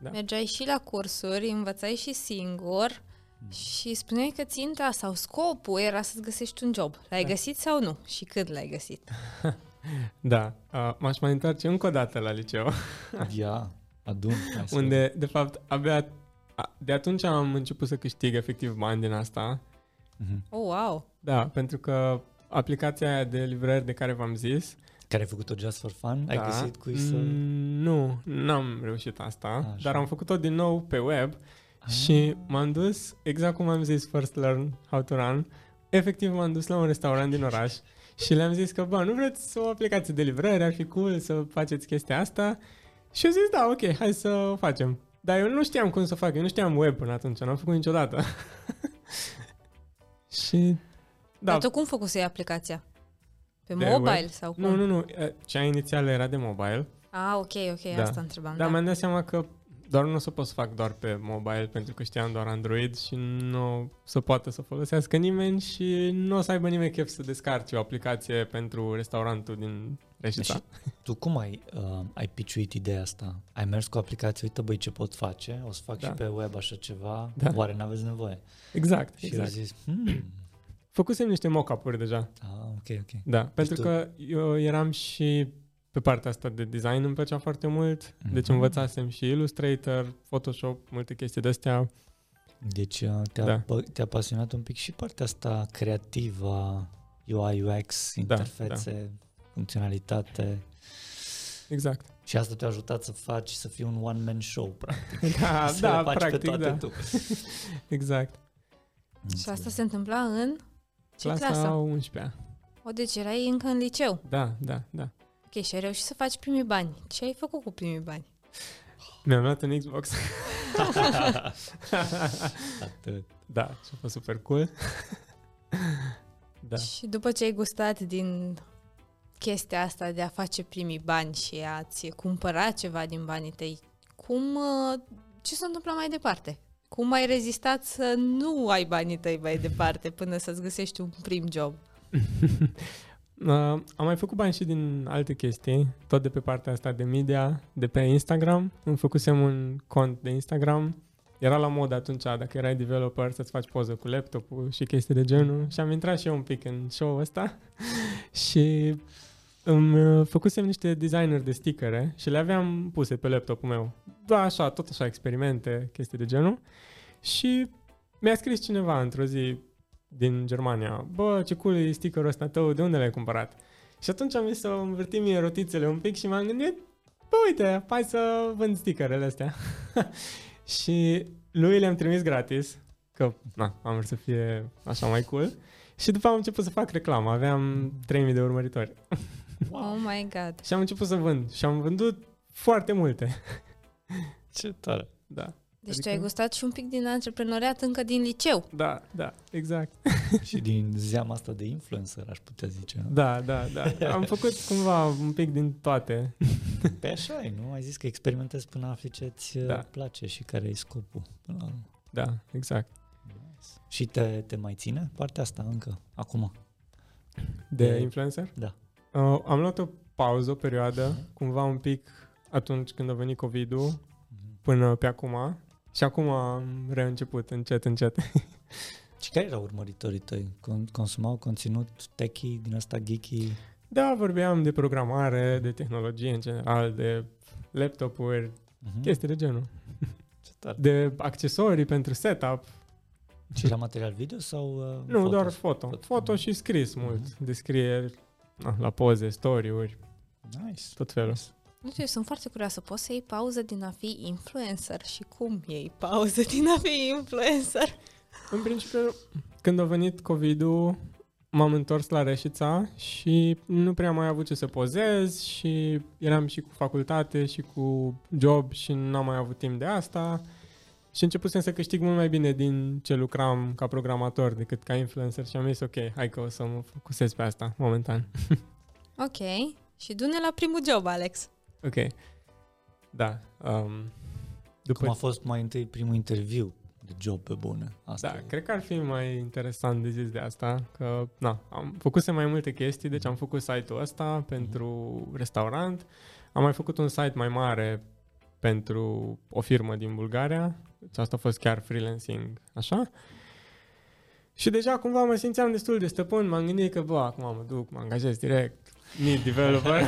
Da. mergeai și la cursuri, învățai și singur Mm. și spuneai că ținta sau scopul era să-ți găsești un job. L-ai găsit sau nu? Și când l-ai [laughs] găsit? Da, uh, m-aș mai întoarce încă o dată la liceu, Ia, adun. hai să vedem. unde, de fapt, abia a- de atunci am început să câștig efectiv bani din asta. Mhm. Oh, wow! Da, pentru că aplicația aia de livrări de care v-am zis, Care ai făcut-o just for fun? Ai da. găsit cui să... Mm, Nu, n-am reușit asta, Așa. Ah. Așa. dar am făcut-o din nou pe web și m-am dus, exact cum am zis, first learn how to run, efectiv m-am dus la un restaurant din oraș și le-am zis că, bă, nu vreți o aplicație de livrări, ar fi cool să faceți chestia asta? Și au zis, da, ok, hai să o facem. Dar eu nu știam cum să o fac, eu nu știam web până atunci, n-am făcut niciodată. [laughs] și... Da. Da, Dar tu cum făcusei aplicația? Pe De mobile web? sau cum? nu, nu, nu, cea inițială era de mobile, Ah, ok, ok, Da. asta întrebam. Dar Da, mi-am dat seama că doar nu o să pot să fac doar pe mobile pentru că știam doar Android și nu o să poată să folosească nimeni și nu o să aibă nimeni chef să descarce o aplicație pentru restaurantul din Reșița. Și tu cum ai, uh, ai piciuit ideea asta? Ai mers cu aplicație, uite băi ce pot face, o să fac Da. și pe web așa ceva, Da. oare n-aveți nevoie? Exact, Și eu exact. zis, hmm, Făcusem niște mock-up-uri deja, ah, ok, ok. da, pentru tu- că eu eram și pe partea asta de design îmi plăcea foarte mult, deci Mhm. învățasem și Illustrator, Photoshop, multe chestii de-astea. Deci uh, te-a, Da. pă- te-a pasionat un pic și partea asta creativă, UI, UX, Da, interfețe, funcționalitate [laughs] Exact. și asta te-a ajutat să faci, să fii un one-man show, practic. Da, [laughs] să da, le faci pe practic, toate da, tu. exact. și asta se întâmpla în ce clasă? Clasa 11 O, deci erai încă în liceu. Da, da, da. Ok, și ai reușit să faci primii bani. Ce ai făcut cu primii bani? Mi-am luat un Xbox. [laughs] Atât. da, și a fost super cool. [laughs] da. Și după ce ai gustat din chestia asta de a face primii bani și a-ți cumpăra ceva din banii tăi, cum, uh, ce s-a întâmplat mai departe? Cum ai rezistat să nu ai banii tăi mai departe până să-ți găsești un prim job? Uh, am mai făcut bani și din alte chestii, tot de pe partea asta de media, de pe Instagram. Îmi făcusem un cont de Instagram. Era la mod atunci, dacă erai developer, să-ți faci poză cu laptopul și chestii de genul. Și am intrat și eu un pic în show-ul ăsta [laughs] și îmi uh, făcusem niște designer de stickere și le aveam puse pe laptopul meu. Da, așa, tot așa, experimente, chestii de genul. Și mi-a scris cineva într-o zi, din Germania. Bă, ce cool e stickerul ăsta tău, de unde l-ai cumpărat? Și atunci am zis să învârtim mie rotițele un pic și m-am gândit, bă, uite, hai să vând stickerele astea. [laughs] și lui le-am trimis gratis, că na, am vrut să fie așa mai cool. Și după am început să fac reclamă, aveam 3000 de urmăritori. Oh my god! Și am început să vând și am vândut foarte multe. Ce tare. [laughs] Da, Deci Adică- tu ai gustat și un pic din antreprenoriat încă din liceu. da, da, exact. și din zeama asta de influencer, aș putea zice. nu? Da, da, da. Am făcut cumva un pic din toate. Pe așa e, nu? Ai zis că experimentezi până afli ce ți Da. da. place și care e scopul. Până la urmă. Da, exact. Și te, te mai ține partea asta încă, acum. De De- influencer? da. Uh, am luat o pauză, o perioadă, cumva un pic atunci când a venit COVID-ul, Mhm. până pe acum. Și acum am reînceput, încet, încet. Și care erau urmăritorii tăi? Con- Consumau conținut techy din asta geeky? Da, vorbeam de programare, de tehnologie în general, de laptopuri, Mhm. chestii de genul. Ce tare. De accesorii pentru setup, Și la material video sau uh, nu, foto? doar foto. Foto. Foto, și scris mult, descrieri na, la poze, story-uri, Nice. tot felul. Nu știu, eu sunt foarte curioasă. Poți să iei pauză din a fi influencer și cum iei pauză din a fi influencer? În principiu, când a venit COVID-ul, m-am întors la Reșița și nu prea am mai avut ce să pozez și eram și cu facultate și cu job și n-am mai avut timp de asta și începusem să câștig mult mai bine din ce lucram ca programator decât ca influencer și am zis ok, hai că o să mă focusez pe asta momentan. Ok. Și du-ne la primul job, Alex. Ok. Da. Um, după Păi- Cum a fost mai întâi primul interviu? de job pe bune. Asta Da, e. cred că ar fi mai interesant de zis de asta, că na, am făcut mai multe chestii, deci am făcut site-ul ăsta pentru restaurant, am mai făcut un site mai mare pentru o firmă din Bulgaria, deci asta a fost chiar freelancing, așa. Și deja cumva mă simțeam destul de stăpân, m-am gândit că, bă, acum mă duc, mă angajez direct, need [laughs] developer.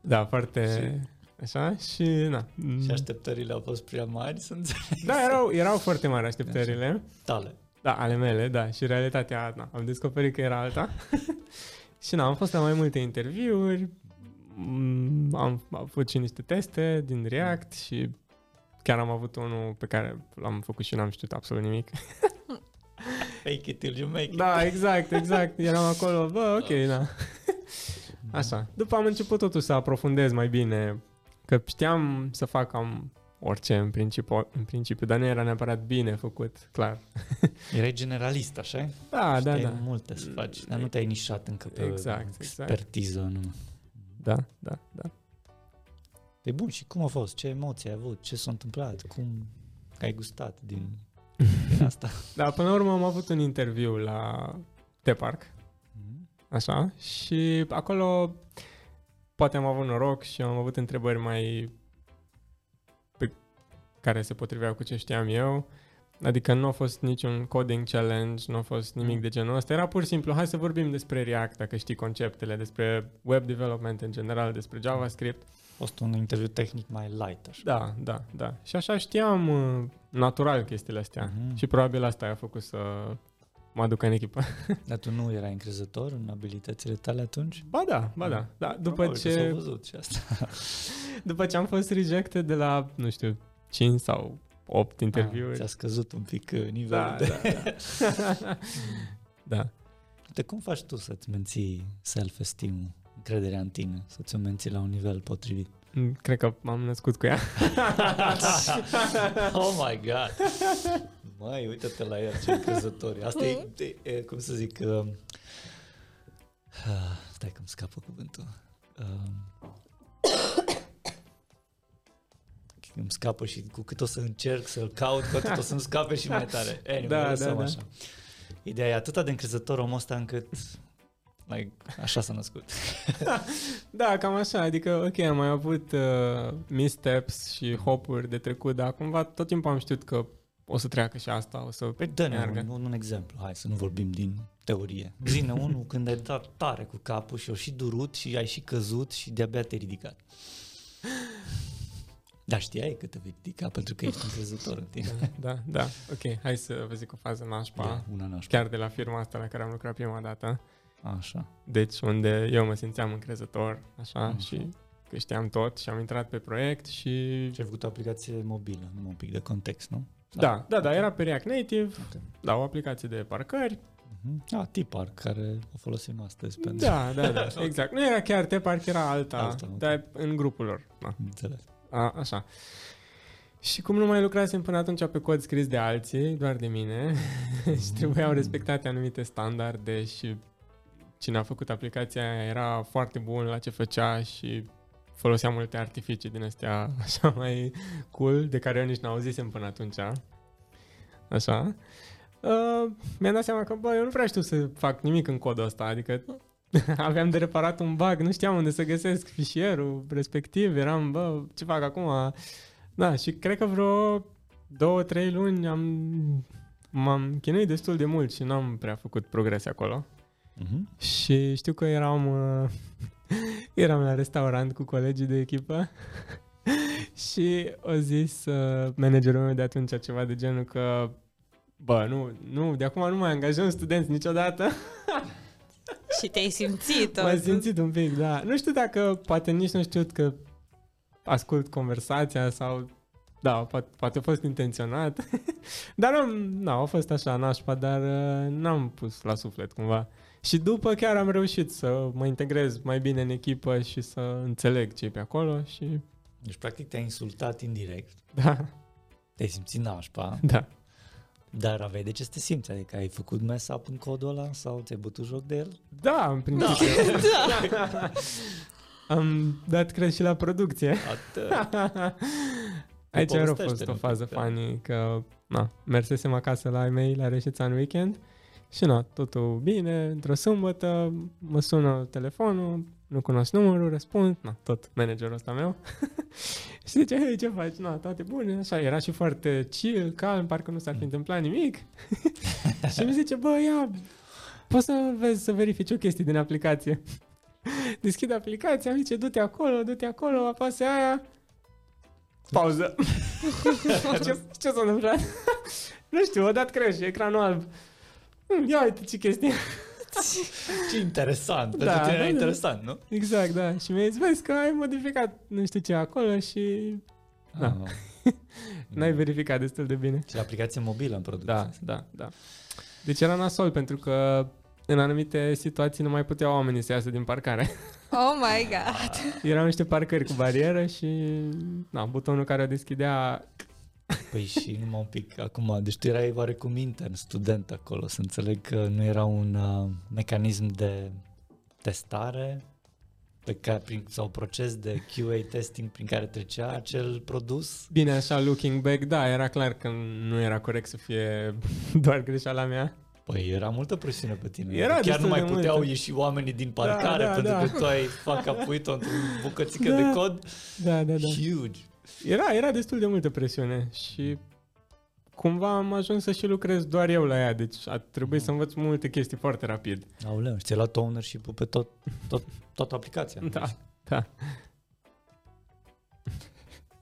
da, foarte... Așa? Și, na. Mm. Și așteptările au fost prea mari, să înțeleg. Da, erau, erau foarte mari așteptările. [laughs] Tale. Da, ale mele, da. Și realitatea, na, am descoperit că era alta. și na, am fost la mai multe interviuri, m, am avut și niște teste din React și chiar am avut unul pe care l-am făcut și n-am știut absolut nimic. Fake it till you make it. da, exact, exact. Eram acolo, bă, ok, da. Așa. După am început totul să aprofundez mai bine, că știam să fac cam orice în principiu, în principiu, dar nu era neapărat bine făcut, clar. Erai generalist, așa? Da, da, Știai da. multe să faci, dar nu te-ai nișat încă pe Exact, exact. expertiză anume. Da, da, da. E bun, și cum a fost? Ce emoții ai avut? Ce s-a întâmplat? Cum ai gustat [laughs] din, din asta? Da, până la urmă am avut un interviu la Teparc, Mhm. așa, și acolo poate am avut noroc și am avut întrebări mai pe care se potriveau cu ce știam eu. Adică nu a fost niciun coding challenge, nu a fost nimic de genul ăsta. Era pur și simplu, hai să vorbim despre React, dacă știi conceptele, despre web development în general, despre JavaScript. A fost un interviu tehnic mai light, așa. Da, da, da. Și așa știam uh, natural chestiile astea. Mhm. Și probabil asta a făcut să mă aduc în echipă. Dar tu nu erai încrezător în abilitățile tale atunci? Ba da, ba da. da după, Probabil că S-a ce, văzut și asta. după ce am fost rejected de la, nu știu, 5 sau 8 [laughs] interviuri. Da, Ți-a scăzut un pic uh, nivelul da, de... da, da. [laughs] da. [laughs] De cum faci tu să-ți menții self-esteem încrederea în tine, să-ți o menții la un nivel potrivit? Mm, Cred că m-am născut cu ea. [laughs] oh my god! Mai uite-te la el, ce încrezător e. Asta e, e- e, cum să zic, uh, ah, stai că îmi scapă cuvântul. Um, [coughs] îmi scapă și cu cât o să încerc să-l caut, cu atât o să-mi scape și mai [laughs] tare. Anyway, Da, da, da, da, da. așa. Ideea e atât de încrezător omul ăsta încât like, așa s-a născut. Da, cam așa, adică, ok, am mai avut uh, missteps și hopuri de trecut, dar cumva tot timpul am știut că o să treacă și asta, o [laughs] să... Păi dă-ne Meargă. un, un, un exemplu, hai să nu vorbim din teorie. Zine [laughs] unul când ai dat tare cu capul și o și durut și ai și căzut și de-abia te-ai ridicat. Dar știai că te vei ridica pentru că ești încrezător în tine. Da, da, ok, hai să vă zic o fază nașpa. [laughs] Da, Una nașpa. Chiar de la firma asta la care am lucrat prima dată. Așa. Deci unde eu mă simțeam încrezător, așa, Mhm. și că știam tot și am intrat pe proiect și... Și ai făcut o aplicație mobilă, numai un pic de context, nu? Da, da, da, era pe React Native, Ok. la o aplicație de parcări. Mhm. A, tipar, care o folosim astăzi pentru... Da, da, [laughs] da, exact. Nu era chiar te parc, era alta, Alta, ok. dar în grupul lor. Da. Înțeles. A, așa. Și cum nu mai lucrasem până atunci pe cod scris de alții, doar de mine, [laughs] și trebuiau respectate anumite standarde și cine a făcut aplicația aia era foarte bun la ce făcea și folosea multe artificii din astea [laughs] așa mai cool, de care eu nici n-auzisem până atunci. Așa. Uh, mi-am dat seama că, bă, eu nu prea știu să fac nimic în codul ăsta, adică [laughs] aveam de reparat un bug, nu știam unde să găsesc fișierul respectiv, eram, bă, ce fac acum? Da, și cred că vreo două, trei luni am, m-am chinuit destul de mult și n-am prea făcut progrese acolo. Mhm. Și știu că eram, [laughs] uh, eram la restaurant cu colegii de echipă [laughs] și o zis uh, managerul meu de atunci ceva de genul că Bă, nu, nu, de acum nu mai angajăm studenți niciodată. Și te-ai simțit. M-am simțit un pic, da. Nu știu dacă, poate nici nu știu că ascult conversația sau... Da, poate, poate a fost intenționat. [laughs] dar nu, nu, a fost așa nașpa, dar uh, n-am pus la suflet cumva. Și după chiar am reușit să mă integrez mai bine în echipă și să înțeleg ce e pe acolo și... [laughs] Deci, practic, te-ai insultat indirect, Da, te-ai simțit nașpa, da. Dar aveai de ce să te simți? Adică ai făcut mess up în codul ăla sau ți-ai bătut joc de el? Da, în principiu. [laughs] Ah, Am dat cred și la producție. [laughs] Atât. Aici a povestește-ne fost o un pic, fază da. funny că na, mersesem acasă la ai mei la Reșița în weekend și na, totul bine, într-o sâmbătă mă sună telefonul, nu cunosc numărul, răspund, na, tot managerul ăsta meu [laughs] și zice, hei, ce faci? Na, toate bune, așa, era și foarte chill, calm, parcă nu Mm. s-ar fi întâmplat [laughs] nimic [laughs] și mi zice, bă, ia, poți să vezi, să verifici o chestie din aplicație. [laughs] Deschid aplicația, îmi zice, du-te acolo, du-te acolo, apasă aia. Pauză. [laughs] ce, ce s-a întâmplat? [laughs] nu știu, o dat crash, ecranul alb. "Hm, Ia uite ce chestie. Ce interesant, Da, pentru tine da, era da. interesant, nu? exact, da. Și mi-a zis, vezi că ai modificat nu știu ce acolo și Da. Ah. [laughs] n-ai verificat destul de bine. Și aplicație mobilă în producție. Da, da, da. Deci era nasol pentru că în anumite situații nu mai puteau oamenii să iasă din [laughs] parcare. Oh my god! Erau niște parcări cu barieră și na, butonul care o deschidea Păi și numai un pic acum, deci tu erai oarecum intern, student acolo, să înțeleg că nu era un uh, mecanism de testare pe care, prin, sau proces de QA testing prin care trecea acel produs? Bine, așa, looking back, da, era clar că nu era corect să fie [laughs] doar greșeala mea. Păi era multă presiune pe tine. Era Chiar nu destul mai de puteau multă. ieși oamenii din parcare da, pentru da. că tu ai fac apuit-o într-o bucățică Da, de cod. Da, da, da. Huge! Era, era destul de multă presiune și cumva am ajuns să și lucrez doar eu la ea, deci a trebuit să învăț multe chestii foarte rapid. Aoleu, și ți-ai luat ownership-ul pe tot, tot, toată aplicația. Da, da.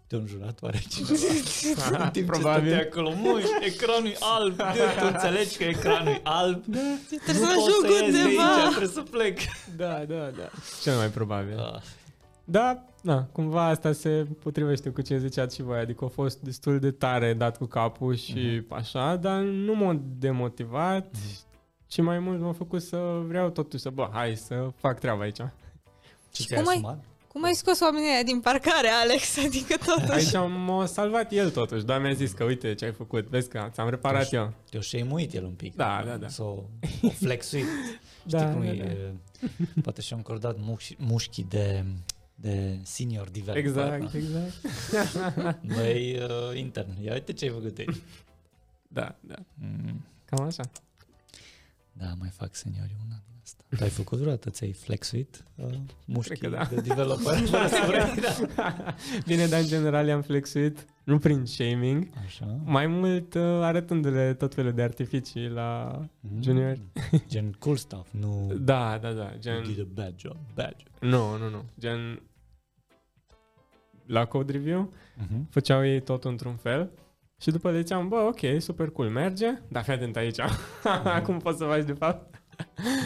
Te-a înjurat oare [laughs] cineva? În timp probabil. ce stătea acolo, măi, ecranul e [laughs] alb, de, tu înțelegi că ecranul e alb. Trebuie nu să pot ajung să ies de aici, undeva! trebuie să plec. Da, da, da. Cel mai probabil. Ah, Da, da, cumva asta se potrivește cu ce ziceați și voi, adică a fost destul de tare dat cu capul și așa, dar nu m-a demotivat, ci mai mult m-a făcut să vreau totuși să, bă, hai să fac treaba aici. Ce Și ți-ai cum ai- asumat? Cum ai scos oamenii ăia din parcare, Alex? Adică totuși... Aici m-a salvat el totuși, dar mi-a zis că uite ce ai făcut, vezi că ți-am reparat eu. Te-a șeimuit el un pic. Da, da, da. S-o o flexuit. Știi Da, cum da, e? Poate și-a încordat muș- mușchii de, de senior developer. Exact, exact. Băi, uh, intern, ia uite ce ai făcut aici. Da, da. Mm. Cam așa. Da, mai fac seniorii una din asta. Tu ai făcut vreodată? Ți-ai flexuit uh, mușchii Cred că da. de developer? [laughs] fără să vrei? Da. Bine, dar în general i-am flexuit, nu prin shaming, Așa. mai mult uh, arătându-le tot felul de artificii la Mm. junior. Gen cool stuff, nu Da, da, da, gen... you did a bad job, bad job. Nu, nu, nu. Gen, la code review Uh-huh. făceau ei tot într-un fel și după le ziceam, bă, ok, super cool, merge, dar fii atent aici. [laughs] Acum poți să faci de fapt.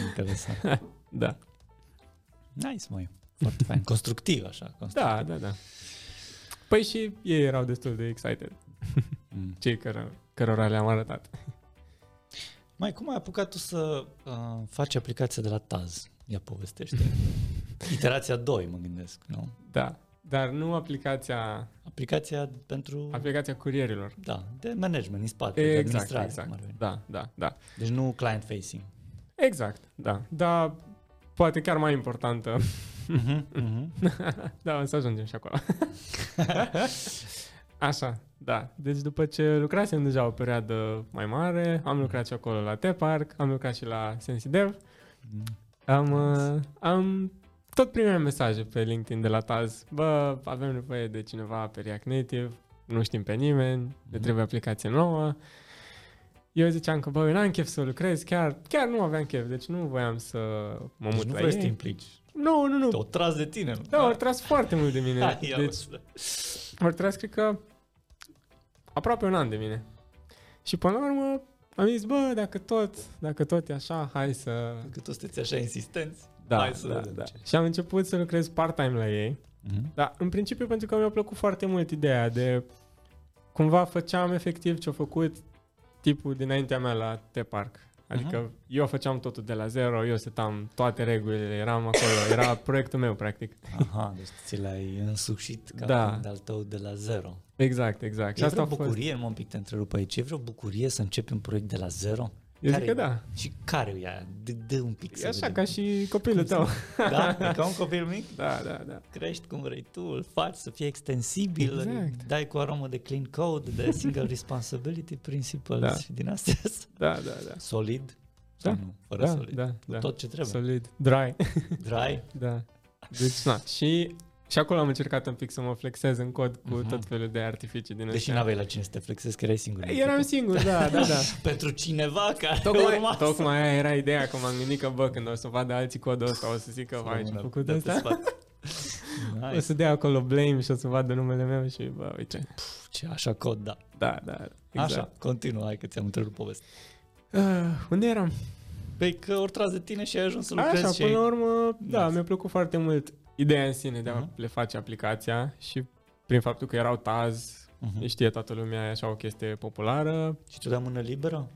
Interesant. Da, Nice, măi. Foarte fain. Constructiv, așa. Constructiv. da, da, da. Păi și ei erau destul de excited, Mm. cei căro- cărora le-am arătat. Mai cum ai apucat tu să uh, faci aplicația de la Taz? Ia povestește. [laughs] Iterația 2, mă gândesc, nu? Da, dar nu aplicația, Aplicația pentru... aplicația curierilor. Da, de management în spate, de Exact, administrare. cum ar exact. veni. Da, da, da. Deci nu client facing. Exact, da. Dar poate chiar mai [laughs] importantă Mhm, mhm. Da, o să ajungem și [laughs] acolo. Așa, da. Deci după ce lucrasem deja o perioadă mai mare, am lucrat și acolo la T-Park, am lucrat și la Sensidev. Am, uh, am tot primeam mesaje pe LinkedIn de la Taz. Bă, avem nevoie de cineva pe React Native, nu știm pe nimeni, ne Mhm. trebuie aplicație nouă. Eu ziceam că, bă, eu n-am chef să lucrez, chiar, chiar nu aveam chef, deci nu voiam să mă Deci mut nu la vrei să te ei. implici. Nu, nu, nu, Te-o tras de tine, nu? da, au tras foarte mult de mine. [laughs] Ia deci, uite, da. au tras, cred că, aproape un an de mine. Și până la urmă am zis, bă, dacă tot, dacă tot e așa, hai să... Că tu sunteți așa insistenți. Da, hai să da, vedem da. ce. Și am început să lucrez part-time la ei. Mhm. Dar în principiu pentru că mi-a plăcut foarte mult ideea de... Cumva făceam efectiv ce-a făcut tipul dinaintea mea la T-Park. Adică uh-huh. eu făceam totul de la zero, eu setam toate regulile, eram acolo, [laughs] era proiectul meu practic. Aha, deci ți l-ai însușit ca Da. da. de al tău de la zero. Exact, exact. Și e vreo a fost- bucurie, mă un pic te întrerup aici, e vreo bucurie să începi un proiect de la zero? Eu zic Care-i- că da. Și care e aia? De, de un pic E așa vedem. ca și copilul tău. [laughs] Da? E ca un copil mic? Da, da, da. crești cum vrei tu, îl faci să fie extensibil, Exact. exact. dai cu aromă de clean code, de single responsibility principles Da. da. și din astea. [laughs] Da, da, da. Solid sau Da, nu? Fără Da, solid. da, Cu da. tot ce trebuie. Solid. Dry. Dry. Da. Deci, na. Și, și acolo am încercat un pic să mă flexez în cod Mhm. cu tot felul de artificii din Deși astea. n-aveai la cine să te flexezi, că erai singur. Eram singur, da, da, [laughs] da. Pentru cineva care urma Tocmai, să- tocmai aia era ideea, că m-am gândit că, bă, când o să vadă alții codul ăsta, o să zică, vai, ce Rămână făcut de pe ăsta? spate. O Nice. să dea acolo blame și o să vadă numele meu și, bă, uite. Ce așa cod, da. Da, da, exact. Așa, continuă, hai că ți-am întrerupt povestea. Uh, unde eram? Păi că ori tras de tine și ai ajuns să lucrezi Așa, și până ai- la urmă, da, Nice. mi-a plăcut foarte mult ideea în sine de a Mhm. le face aplicația și prin faptul că erau taz, Mhm. știe toată lumea, e așa o chestie populară. Și tu dai mână liberă?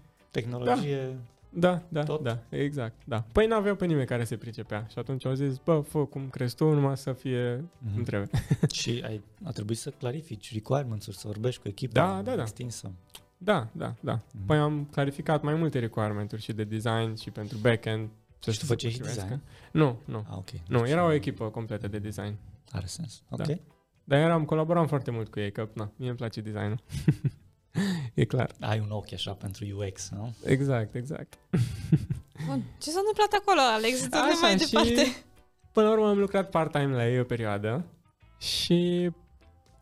Tehnologie... Da, da, Tot? da, exact, da. Păi n-aveau pe nimeni care se pricepea și atunci au zis, bă, fă cum crezi tu, numai să fie Mhm. cum trebuie. [laughs] Și ai, a trebuit să clarifici requirements-uri, să vorbești cu echipa Da, da, da. extinsă. Da, da, da. Mhm. Păi am clarificat mai multe requirement-uri și de design și pentru backend. Să Și tu făceai și design? Nu, nu. Ah, ok. Nu, era o echipă completă de design. Are sens. Da. Ok. Dar eram, colaboram foarte mult cu ei, că, na, mie îmi place [laughs] designul. e clar. Ai un ochi așa pentru UX, nu? Exact, exact. Bun. Ce s-a întâmplat acolo, Alex? Du-te mai departe. până la urmă am lucrat part-time la ei o perioadă și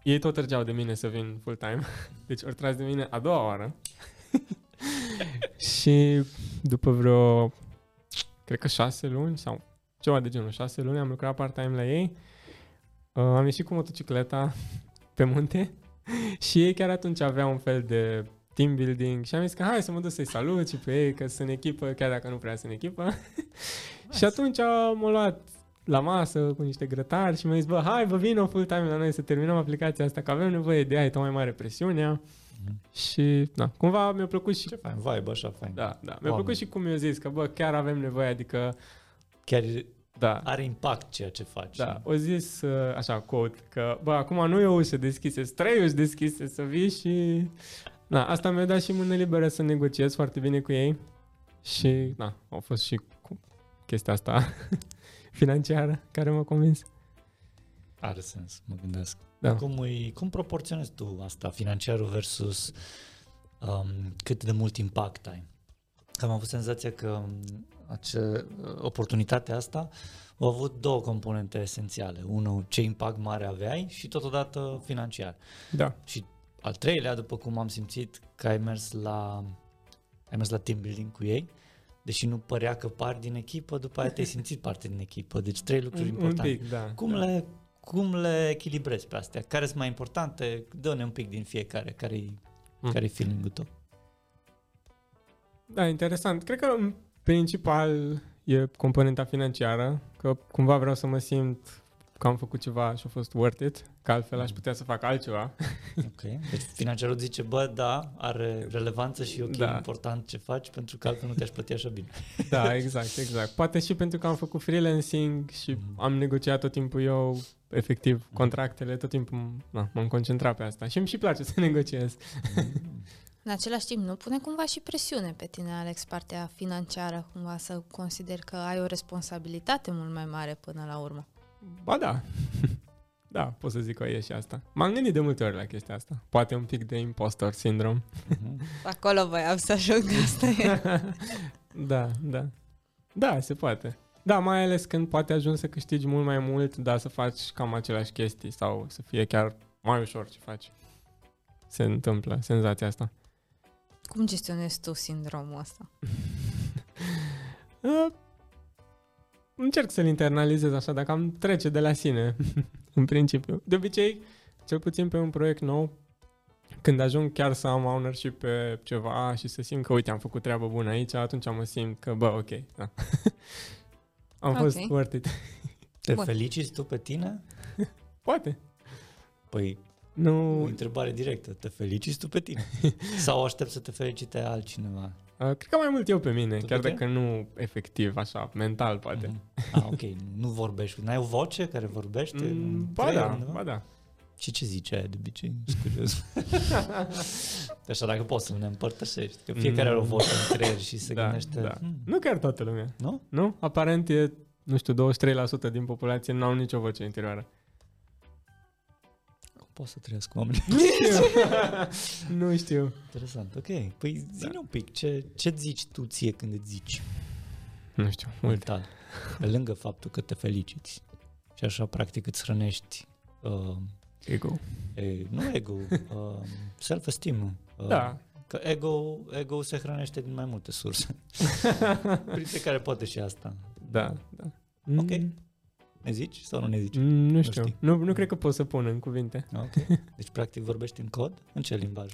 ei tot târgeau de mine să vin full-time. [laughs] Deci ori tras de mine a doua [laughs] oară. și după vreo, cred că șase luni sau ceva de genul, șase luni am lucrat part-time la ei. Uh, am ieșit cu motocicleta pe munte [laughs] și ei chiar atunci aveau un fel de team building și am zis că hai să mă duc să-i salut și pe ei că sunt în echipă, chiar dacă nu prea sunt în echipă. și atunci am luat la masă cu niște grătari și mi-a zis, bă, hai, vă vino full time la noi să terminăm aplicația asta, că avem nevoie de ea, e tot mai mare presiunea. Mhm. Și, da, cumva mi-a plăcut și... Ce fain, vibe așa fain. Da, da, mi-a Oameni. plăcut și cum mi-a zis, că, bă, chiar avem nevoie, adică, Chiar da, are impact ceea ce faci. da, o zis uh, așa, quote, că bă, acum nu e o ușă deschise, sunt trei uși deschise să vii și... Na, asta mi-a dat și mână liberă să negociez foarte bine cu ei și, na, au fost și cu chestia asta [laughs] financiară care m-a convins. Are sens, mă gândesc. Da. Cum, îi, cum proporționezi tu asta, financiarul versus um, cât de mult impact ai? Că Am avut senzația că um, ace, oportunitatea asta au avut două componente esențiale. Unul, ce impact mare aveai și totodată financiar. Da, Și al treilea, după cum am simțit că ai mers la, ai mers la team building cu ei, deși nu părea că par din echipă, după aia te-ai simțit parte din echipă. Deci trei lucruri un, un importante. pic, da. Cum, da. le, cum le echilibrezi pe astea? Care sunt mai importante? Dă-ne un pic din fiecare. Care-i, Mm. mm. care-i feeling-ul tău? Da, interesant. Cred că în principal e componenta financiară, că cumva vreau să mă simt că am făcut ceva și a fost worth it, că altfel aș putea să fac altceva. Okay. Deci financiarul zice, bă, da, are relevanță și e ok, Da. da. important ce faci, pentru că altfel nu te-aș plăti așa [laughs] bine. Da, exact, exact. Poate și pentru că am făcut freelancing și Mhm. am negociat tot timpul eu, efectiv, contractele, tot timpul na, m-am concentrat pe asta și îmi și place [laughs] să negociez. În același timp, nu pune cumva și presiune pe tine, Alex, partea financiară, cumva să consideri că ai o responsabilitate mult mai mare până la urmă. Ba da, da, pot să zic că e și asta. M-am gândit de multe ori la chestia asta. Poate un pic de impostor syndrome. Mhm. Acolo voiam să ajung, asta e. da, da. Da, se poate. Da, mai ales când poate ajungi să câștigi mult mai mult, dar să faci cam aceleași chestii sau să fie chiar mai ușor ce faci. Se întâmplă senzația asta. Cum gestionezi tu sindromul ăsta? Uh, încerc să-l internalizez așa, dacă am trece de la [laughs] sine, în principiu. De obicei, cel puțin pe un proiect nou, când ajung chiar să am ownership pe ceva și să simt că, uite, am făcut treabă bună aici, atunci mă simt că, bă, ok, da. [laughs] am Ok. fost worth it. Te Bun. feliciți tu pe tine? Poate. Păi, o Nu, uh, întrebare directă. Te feliciți tu pe [laughs] tine? Sau aștept să te felicite altcineva? uh, cred că mai mult eu pe mine, Tu Mm. chiar pe dacă nu efectiv, așa, mental, poate. Mhm. Ah, ok. Nu vorbești. N-ai o voce care vorbește? Mm, în ba creier da, undeva? ba da. Și ce zice aia de obicei? Sunt [laughs] curios. Așa, dacă poți să ne împărtășești. Că fiecare are o voce în creier și se Mm. Da, gândește... da. "Hmm, Nu chiar toată lumea. Nu? Nu? Aparent e, nu știu, 23% din populație n-au nicio voce interioară. Cum pot să trăiesc oamenii? Nu știu. [laughs] nu știu. [laughs] Interesant, ok. Păi Da. zi-ne un pic, ce, ce zici tu ție când îți zici Nu știu. Mult. mental? Pe lângă faptul că te feliciți și așa practic îți hrănești uh, Ego. e, nu ego, [laughs] uh, self-esteem. Uh, Da. Că ego, ego se hrănește din mai multe [laughs] surse, printre care poate și asta. Da, da. Ok. Mm, Ne zici sau nu ne zici? Nu știu. știi. Nu, nu cred că pot să pun în cuvinte. [laughs] Ok. Deci, practic, vorbești în cod? În ce limbaj?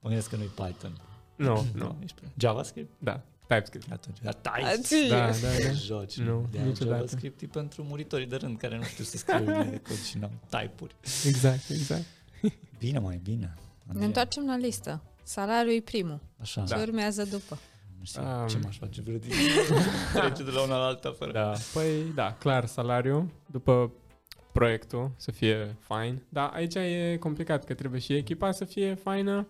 mă gândesc că nu-i Python. [laughs] Nu, nu. Ești pe- JavaScript? Da. TypeScript. Atunci, atai! Atunci. Da, da, da. Joci. Nu, de niciodată. JavaScript e pentru muritorii de rând care nu știu să scriu bine de cod și n-au type-uri. Exact, exact. Bine, mai bine. Ne întoarcem la listă. Salariul e primul. Așa. Ce Da. urmează [laughs] după? Um. Ce m-aș face vreo din [laughs] trece de la una la alta fără. Da, păi da, clar, salariu după proiectul să fie fain, dar aici e complicat că trebuie și echipa să fie faină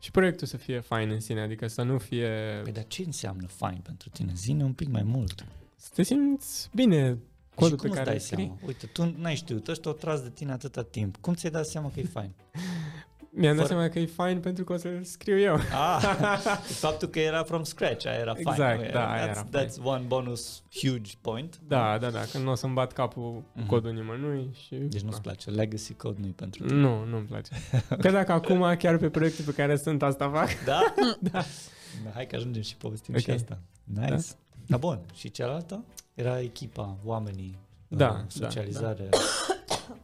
și proiectul să fie fain în sine, adică să nu fie... Păi dar ce înseamnă fain pentru tine? Zine un pic mai mult. Să te simți bine codul și pe cum îți care îl dai scrii. seama? Uite, tu n-ai știut, ăștia o tras de tine atâta timp. Cum ți-ai dat seama că e [laughs] fain? Mi-am dat Fără- seama că e fain pentru că o să-l scriu [laughs] eu. Ah, faptul că era from scratch, aia era Exact, fain. nu da, aia that's, era fain. that's one bonus huge point. Da, da, da, că nu o să-mi bat capul cu Mhm. codul nimănui și... Deci nu-ți da. place, legacy code nu-i pentru tine. Nu, nu-mi [laughs] place. Că dacă acum chiar pe proiectul pe care sunt asta fac, [laughs] Da? da. Hai că ajungem și povestim și Mm. Ok. asta. Nice. Da. da, bun. Și cealaltă? Era echipa, oamenii, Da, uh, da, socializare.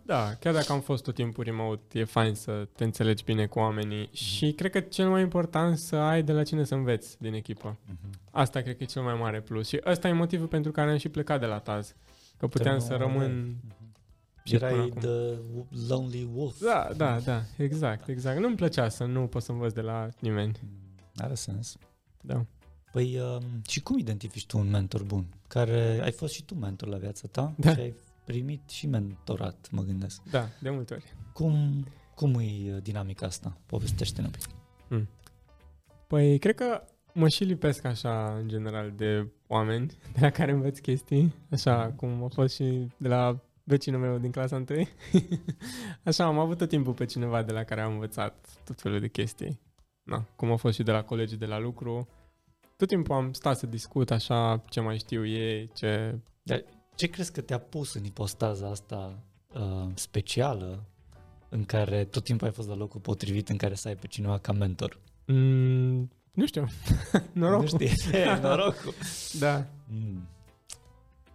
Da, chiar dacă am fost tot timpul remote, e fain să te înțelegi bine cu oamenii Mhm. și cred că cel mai important să ai de la cine să înveți din echipă. Mhm. Asta cred că e cel mai mare plus și ăsta e motivul pentru care am și plecat de la Taz, că puteam Te- să rămân... Și până Mhm. erai acum. the lonely wolf. Da, da, da, exact, exact. Nu-mi plăcea să nu pot să învăț de la nimeni. Mm, Are sens. Da. Păi um, și cum identifici tu un mentor bun? Care ai fost și tu mentor la viața ta Da. și ai primit și mentorat, mă gândesc. Da, de multe ori. Cum, cum e uh, dinamica asta? Povestește-ne un pic. Păi, cred că mă și lipesc așa, în general, de oameni de la care învăț chestii, așa cum a fost și de la vecinul meu din clasa 1. [laughs] așa, am avut tot timpul pe cineva de la care am învățat tot felul de chestii. Na, cum a fost și de la colegii de la lucru. Tot timpul am stat să discut așa ce mai știu ei, ce... Ce crezi că te-a pus în ipostaza asta uh, specială în care tot timpul ai fost la locul potrivit în care să ai pe cineva ca mentor? Mm, nu știu. [laughs] Norocul. Nu știi, E, norocul. Da. Mm.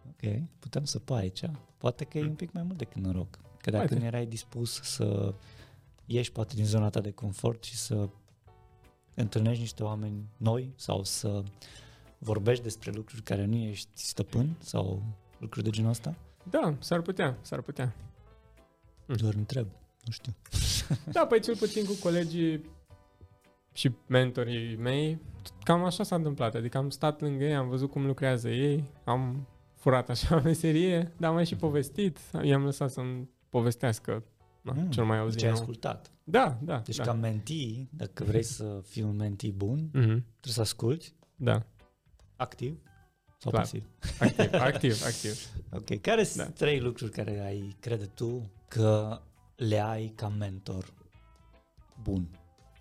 Ok, putem să pa aici. Poate că e un pic mai mult decât noroc. Mm. Că dacă Poate. nu erai dispus să ieși poate din zona ta de confort și să întâlnești niște oameni noi sau să vorbești despre lucruri care nu ești stăpân sau lucruri de genul ăsta, Da, s-ar putea, s-ar putea. doar întreb. Nu știu. Da, păi cel puțin cu colegii și mentorii mei, cam așa s-a întâmplat. Adică am stat lângă ei, am văzut cum lucrează ei, am furat așa meserie, dar am mai și povestit, i-am lăsat să-mi povestească na, Mm, cel mai auzit. Deci ai nou. ascultat. Da, da. Deci da. ca mentii, dacă vrei să fii un mentii bun, Mhm, trebuie să asculti da, activ sau Clar. pasiv. activ, activ, activ. Ok, care sunt Da. trei lucruri care ai, crede tu, că le ai ca mentor bun?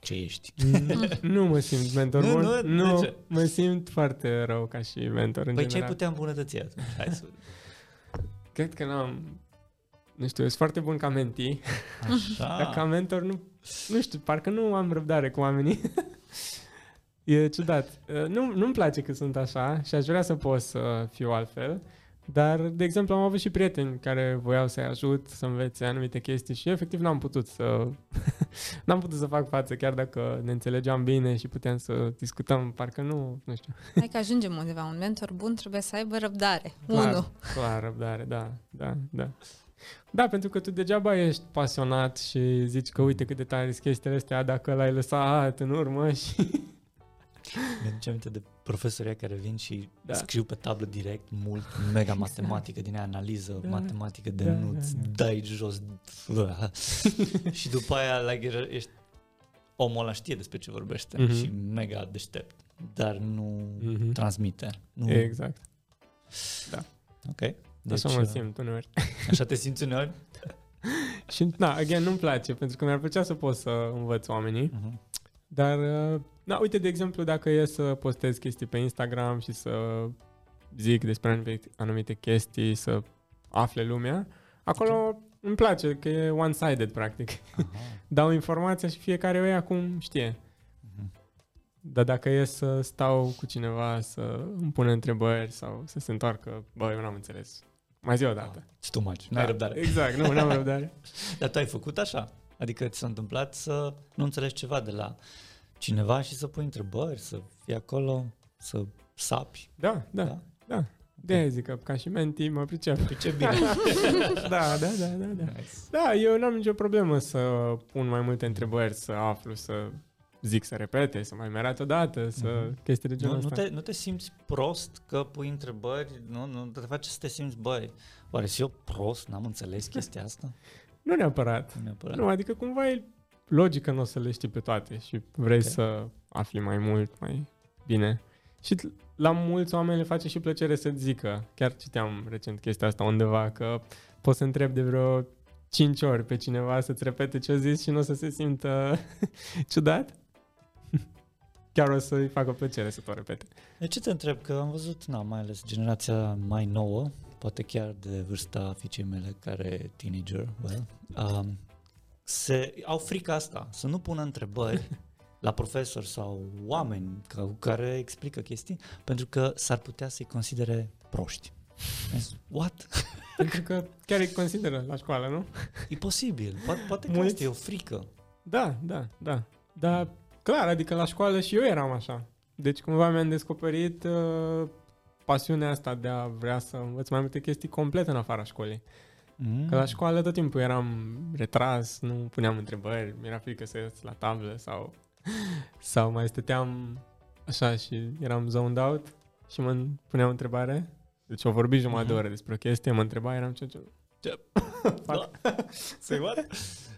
Ce ești? nu mă simt mentor Nu, bun, nu, de nu, ce? mă simt foarte rău ca și mentor în păi ce ai general. putea îmbunătăți atunci? Hai să [laughs] Cred că n-am, nu știu, sunt foarte bun ca mentii, Așa. Dar ca mentor nu, nu știu, parcă nu am răbdare cu oamenii. [laughs] e ciudat. Uh, Nu, nu-mi place că sunt așa și aș vrea să pot să fiu altfel. Dar, de exemplu, am avut și prieteni care voiau să-i ajut, să învețe anumite chestii și efectiv n-am putut să [laughs] n-am putut să fac față, chiar dacă ne înțelegeam bine și puteam să discutăm, parcă nu, nu știu. Hai că ajungem undeva. Un mentor bun trebuie să aibă răbdare. Unu. Clar, clar, răbdare, da, da, da. Da, pentru că tu degeaba ești pasionat și zici că uite cât de tare sunt chestiile astea dacă l-ai lăsat în urmă și Mi-aduce aminte de profesoria care vin și Da. Exact. da. scriu pe tablă direct mult, mega matematică, din aia analiză, Da. da. matematică de Da, da, nu-ți da, da, dai jos. [laughs] și după aia like, era- ești, omul ăla știe despre ce vorbește Mhm. mm-hmm. și mega deștept, dar nu Mhm. mm-hmm. transmite. Nu. [laughs] Exact. Da. Ok. Deci, Deci, Așa mă simt uneori. așa te simți uneori? Și, na, again, nu-mi place, pentru că mi-ar plăcea să pot să învăț oamenii. [laughs] Mhm. Dar, uh, na, uite, de exemplu, dacă e să postez chestii pe Instagram și să zic despre anumite, anumite chestii, să afle lumea, acolo îmi place că e one-sided, practic. Aha. Dau informația și fiecare o ia cum știe. Mhm. Dar dacă e să stau cu cineva să îmi pune întrebări sau să se întoarcă, bă, eu n-am înțeles. Mai zi o dată. It's too much. Ah, N-ai Da, răbdare. Exact, nu, [laughs] n-am răbdare. Dar tu ai făcut așa? Adică ți s-a întâmplat să nu înțelegi ceva de la cineva și să pui întrebări, să fii acolo, să sapi. Da, da, da. Da? da. De zic că ca și menti mă pricep. Păi ce bine. [laughs] da, da, da, da, da. nice. Da, eu n-am nicio problemă să pun mai multe întrebări, să aflu, să zic să repete, să mai merat o dată, să Mhm. chestii de genul Nu, nu, ăsta. te, nu te simți prost că pui întrebări? Nu, nu te face să te simți, băi, oare și eu prost n-am înțeles chestia asta? Nu neapărat. Nu neapărat. Nu, adică cumva e logică nu o să le știi pe toate și vrei Ok. să afli mai mult, mai bine. Și t- la mulți oameni le face și plăcere să zică. Chiar citeam recent chestia asta undeva, că poți să întrebi de vreo 5 ori pe cineva să-ți repete ce-a zis și nu o să se simtă [laughs] ciudat. Chiar o să-i facă plăcere să tot repete. De ce te întreb? Că am văzut, na, mai ales generația mai nouă, poate chiar de vârsta fiicei mele care e teenager, well, um, se, au frica asta, să nu pună întrebări [laughs] la profesori sau oameni ca, care explică chestii, pentru că s-ar putea să-i considere [laughs] proști. Am zis, What? Pentru că chiar îi consideră la școală, nu? E posibil. Po- poate că Mulți- asta e o frică. Da, da, da. Dar clar, adică la școală și eu eram așa. Deci cumva mi-am descoperit uh, pasiunea asta de a vrea să învăț mai multe chestii complet în afara școlii. Mm. Că la școală tot timpul eram retras, nu puneam întrebări, mi-era frică să ies la tablă sau, [laughs] sau mai stăteam așa și eram zoned out și mă puneam întrebare. Deci o vorbi jumătate de Mhm. oră despre o chestie, mă întreba, eram ce, ce, Da. Say what?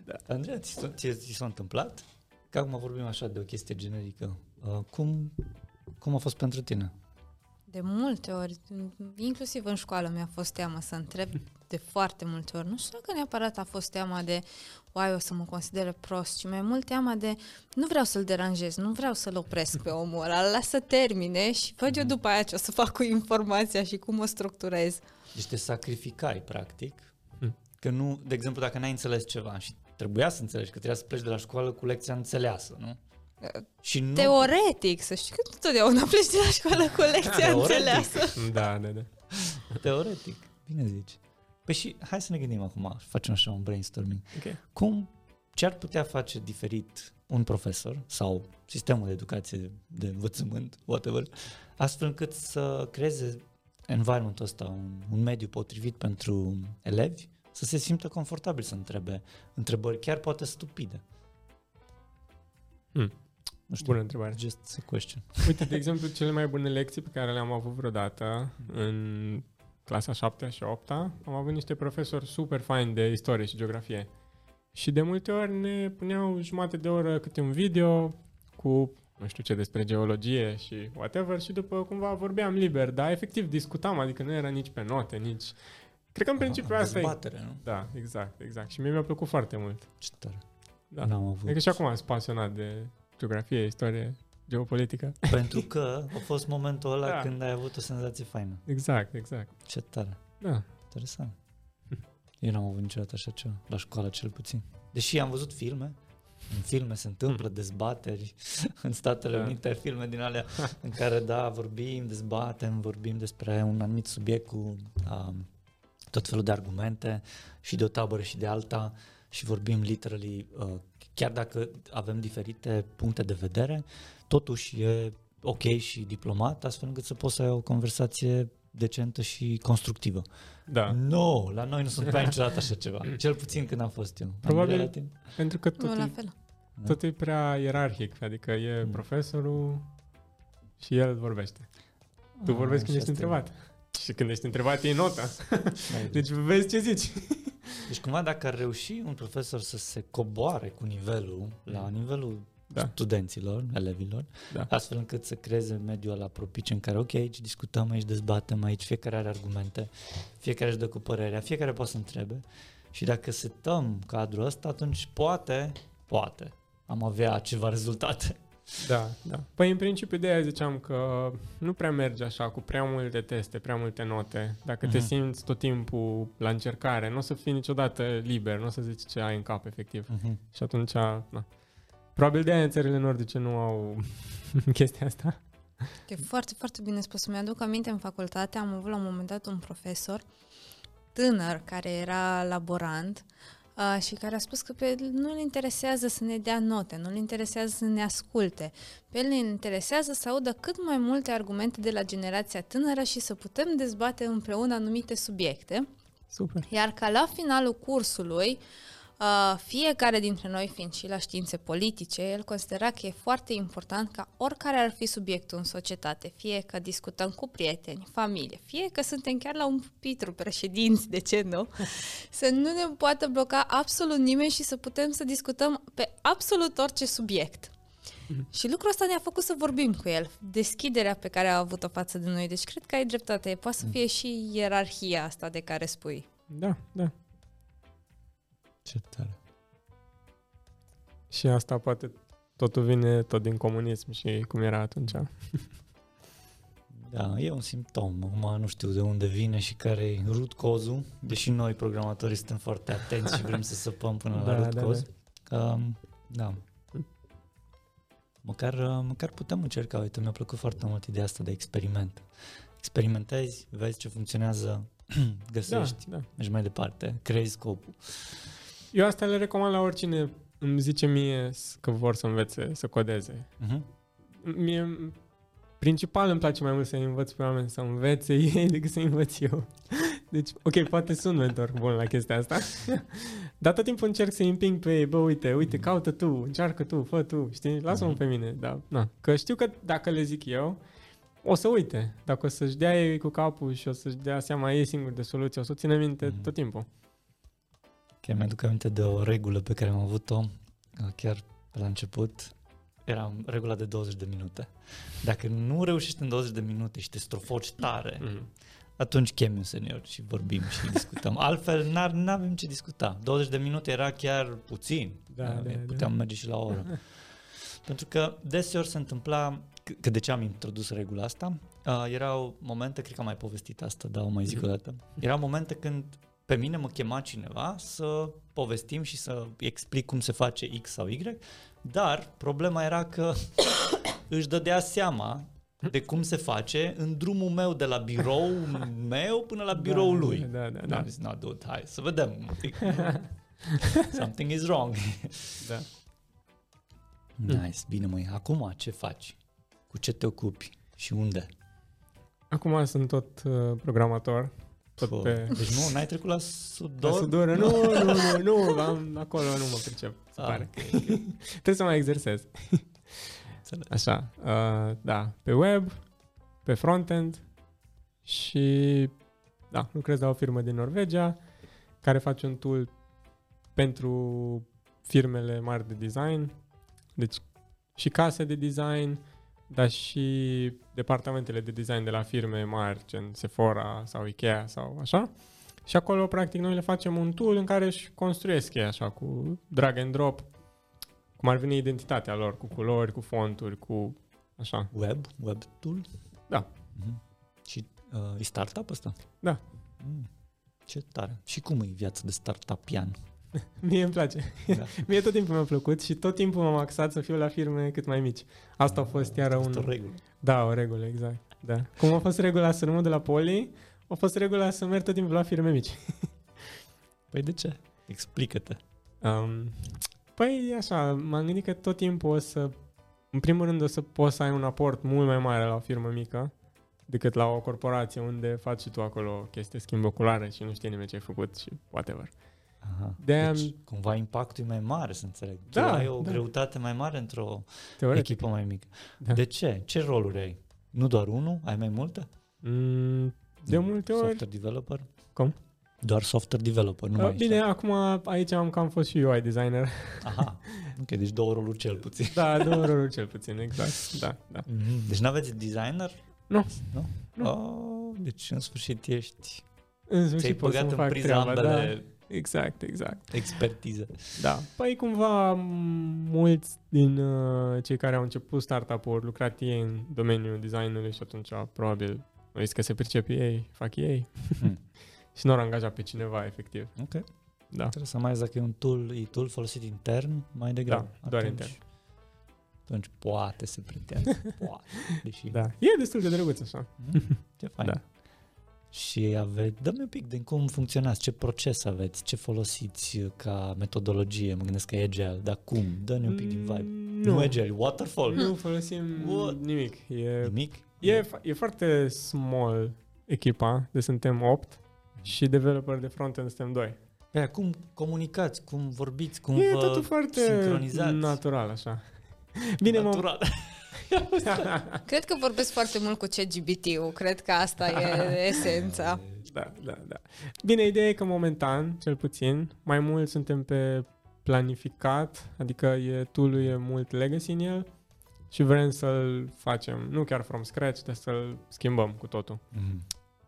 Da. Andreea, ți s-a, ți, ți s-a întâmplat? Că acum vorbim așa de o chestie generică. Uh, cum, cum a fost pentru tine? De multe ori, inclusiv în școală mi-a fost teamă să întreb de foarte multe ori. Nu știu dacă neapărat a fost teama de uai, o să mă consideră prost, ci mai mult teama de nu vreau să-l deranjez, nu vreau să-l opresc pe omul ăla, las să termine și văd eu după aia ce o să fac cu informația și cum o structurez. Deci te sacrificai, practic, Mm. că nu, de exemplu, dacă n-ai înțeles ceva și trebuia să înțelegi, că trebuia să pleci de la școală cu lecția înțeleasă, nu? Și nu, Teoretic, să știi că nu totdeauna pleci de la școală cu lecția Teoretic. înțeleasă. Da, da, da. teoretic, bine zici. Păi și hai să ne gândim acum, facem așa un brainstorming. Ok. Cum, ce ar putea face diferit un profesor sau sistemul de educație de învățământ, whatever, astfel încât să creeze environmentul ăsta, un, un mediu potrivit pentru elevi, să se simtă confortabil să întrebe întrebări chiar poate stupide. Hmm. Nu știu, Bună întrebare. just a question. Uite, de exemplu, cele mai bune lecții pe care le-am avut vreodată în clasa 7 și 8 am avut niște profesori super faini de istorie și geografie. Și de multe ori ne puneau jumate de oră câte un video cu nu știu ce despre geologie și whatever și după cumva vorbeam liber, dar efectiv discutam, adică nu era nici pe note, nici... Cred că în principiu asta e... Dezbatere, nu? Da, exact, exact. Și mie mi-a plăcut foarte mult. Ce tare. Da. N-am avut. Adică și acum sunt pasionat de geografie, istorie, geopolitică. [laughs] Pentru că a fost momentul ăla Da. când ai avut o senzație faină. Exact, exact. Ce tare. Da. Interesant. Eu n-am avut niciodată așa ceva, la școală cel puțin. Deși am văzut filme, în filme se întâmplă dezbateri în Statele Da. Unite, filme din alea în care, da, vorbim, dezbatem, vorbim despre un anumit subiect cu um, tot felul de argumente și de o tabără și de alta și vorbim literally, uh, chiar dacă avem diferite puncte de vedere, totuși e ok și diplomat, astfel încât să poți să ai o conversație decentă și constructivă. Da, Nu, la noi nu se întâmpla niciodată așa ceva. Cel puțin când am fost eu. Probabil- Andrei, la tine? pentru că Nu, tot, la e, fel. tot e prea ierarhic, adică e Mm. profesorul, și el vorbește. Tu Ah, vorbești când și ești asta e- întrebat. Și când ești întrebat, e nota. mai e Deci vezi ce zici. Deci cumva dacă ar reuși un profesor să se coboare cu nivelul, la nivelul Mm. Da. studenților, elevilor, Da. astfel încât să creeze mediul la propice în care, ok, aici discutăm, aici dezbatem, aici fiecare are argumente, fiecare își dă cu părerea, fiecare poate să întrebe și dacă setăm cadrul ăsta, atunci poate, poate, am avea ceva rezultate. Da, da. Păi în principiu de aia ziceam că nu prea merge așa cu prea multe teste, prea multe note. Dacă te Mhm. simți tot timpul la încercare, nu o să fii niciodată liber, nu o să zici ce ai în cap efectiv. Mhm. Și atunci, na. Probabil de aia în țările nordice nu au [laughs] chestia asta. E foarte, foarte bine spus. Mi-aduc aminte în facultate, am avut la un moment dat un profesor tânăr care era laborant uh, și care a spus că pe el nu-l interesează să ne dea note, nu-l interesează să ne asculte. Pe el ne interesează să audă cât mai multe argumente de la generația tânără și să putem dezbate împreună anumite subiecte. Super. Iar ca la finalul cursului, uh, fiecare dintre noi fiind și la științe politice, el considera că e foarte important ca oricare ar fi subiectul în societate, fie că discutăm cu prieteni, familie, fie că suntem chiar la un pupitru președinți, de ce nu, să nu ne poată bloca absolut nimeni și să putem să discutăm pe absolut orice subiect. Și lucrul ăsta ne-a făcut să vorbim cu el, deschiderea pe care a avut-o față de noi. Deci cred că ai dreptate, poate să fie și ierarhia asta de care spui. Da, da. Ce tare. Și asta poate totul vine tot din comunism și cum era atunci. Da, e un simptom. Acum nu știu de unde vine și care e root cause-ul, deși noi programatorii suntem foarte atenți și vrem să săpăm până la Da, root da, cause. Um, da. Măcar, uh, măcar putem încerca, uite, mi-a plăcut foarte mult ideea asta de experiment. Experimentezi, vezi ce funcționează, [clears throat] Da, găsești, da. mergi mai departe, creezi scopul. Eu asta le recomand la oricine îmi zice mie s- că vor să învețe să codeze. Uh-huh. Mie, principal îmi place mai mult să învăț pe oameni să învețe [laughs] ei decât să învăț eu. Deci, ok, poate sunt mentor bun la chestia asta, [laughs] dar tot timpul încerc să-i împing pe ei, bă, uite, uite, caută tu, încearcă tu, fă tu, știi, lasă-mă Mhm. pe mine, da, na. Că știu că dacă le zic eu, o să uite, dacă o să-și dea ei cu capul și o să-și dea seama ei singuri de soluție, o să o țină minte Mhm. tot timpul. Chiar mi-aduc aminte de o regulă pe care am avut-o uh, chiar pe la început. Era regula de 20 de minute. Dacă nu reușești în 20 de minute și te strofoci tare, Mhm. atunci chemi un senior și vorbim și [laughs] discutăm. Altfel n-ar, n-avem ce discuta. 20 de minute era chiar puțin. Uh, Da, da, da. Puteam merge și la o [laughs] oră. Pentru că deseori se întâmpla, c- că de ce am introdus regula asta, uh, erau momente, cred că am mai povestit asta, dar o mai Mm-hmm. zic o dată, erau momente când pe mine mă chema cineva să povestim și să explic cum se face X sau Y, dar problema era că [coughs] își dădea seama de cum se face în drumul meu de la [laughs] birou meu până la biroul Da, lui. Da, da, Da. da. Am zis, no, dude, hai să [laughs] vedem. Something is wrong. da. Nice, bine măi. Acum ce faci? Cu ce te ocupi? Și unde? Acum sunt tot uh, programator, tot Fă. pe Deci nu, n-ai trecut la La sudor? sudoră, nu, nu, nu, nu, am, acolo nu mă pricep, se Ah, pare. Trebuie să mai exersez. Înțeleg. Așa, uh, da, pe web, pe frontend și, da, lucrez la o firmă din Norvegia care face un tool pentru firmele mari de design, deci și case de design, dar și departamentele de design de la firme mari, gen Sephora sau Ikea sau așa. Și acolo, practic, noi le facem un tool în care își construiesc ei așa cu drag and drop, cum ar veni identitatea lor, cu culori, cu fonturi, cu așa. Web? Web tool? Da. Mhm. Și uh, e startup ăsta? Da. Mm. Ce tare. Și cum e viața de startupian? Mie îmi place. [laughs] Da. Mie tot timpul mi-a plăcut și tot timpul m-am axat să fiu la firme cât mai mici. Asta a fost iară Asta e o un... regulă. Da, o regulă, exact. Da. Cum a fost regula să nu mă duc la poli, a fost regula să merg tot timpul la firme mici. Păi de ce? Explică-te. Um, păi e așa, m-am gândit că tot timpul o să, în primul rând o să poți să ai un aport mult mai mare la o firmă mică decât la o corporație unde faci și tu acolo o chestie schimb oculară și nu știe nimeni ce ai făcut și whatever. Aha. De-aia deci, am- cumva impactul e mai mare, să înțeleg. Da, tu ai o da. greutate mai mare într-o Teoretic. echipă mai mică. Da. De ce? Ce roluri ai? Nu doar unul? Ai mai multe? Mm, de multe ori, Software developer? cum? Doar software developer, nu A, mai Bine, acum aici am cam fost și UI designer. [laughs] ești. Aha, ok, deci două roluri cel puțin. Da, două roluri cel puțin, exact. Da, da. Mhm. Deci n-aveți designer? Nu. Nu? Oh, deci în sfârșit ești... În Ți-ai sfârșit pot băgat să-mi în fac priza treaba, da. ambele Exact, exact. expertize. Da. Păi cumva m, mulți din uh, cei care au început startup-uri, au lucrat ei în domeniul designului și atunci probabil au zis că se pricep ei, fac ei Hmm. [laughs] și nu au angajat pe cineva efectiv. Ok. Da. Trebuie să mai zic dacă e un tool, e tool folosit intern mai degrabă. Da, doar intern. Atunci poate se [laughs] pretinde. poate. Deși Da. E destul de drăguț așa. Mm, Ce fain. Da. Și aveți, dă-mi un pic din cum funcționați, ce proces aveți, ce folosiți uh, ca metodologie, mă gândesc că e agile, dar cum? Dă-ne un pic din vibe. Mm, Nu, Nu, agile, waterfall, nu folosim What? nimic. E, nimic. e, fa- e foarte small echipa, de suntem 8 și developer de front-end suntem 2. Pe aia, cum comunicați, cum vorbiți, cum E vă totul foarte sincronizați? natural așa. Bine, mă, Natural. Cred că vorbesc foarte mult cu CGBT-ul, cred că asta [laughs] e [laughs] esența. Da, da, da. Bine, ideea e că momentan, cel puțin, mai mult suntem pe planificat, adică e tool e mult legacy în el și vrem să-l facem, nu chiar from scratch, dar să-l schimbăm cu totul. Mm.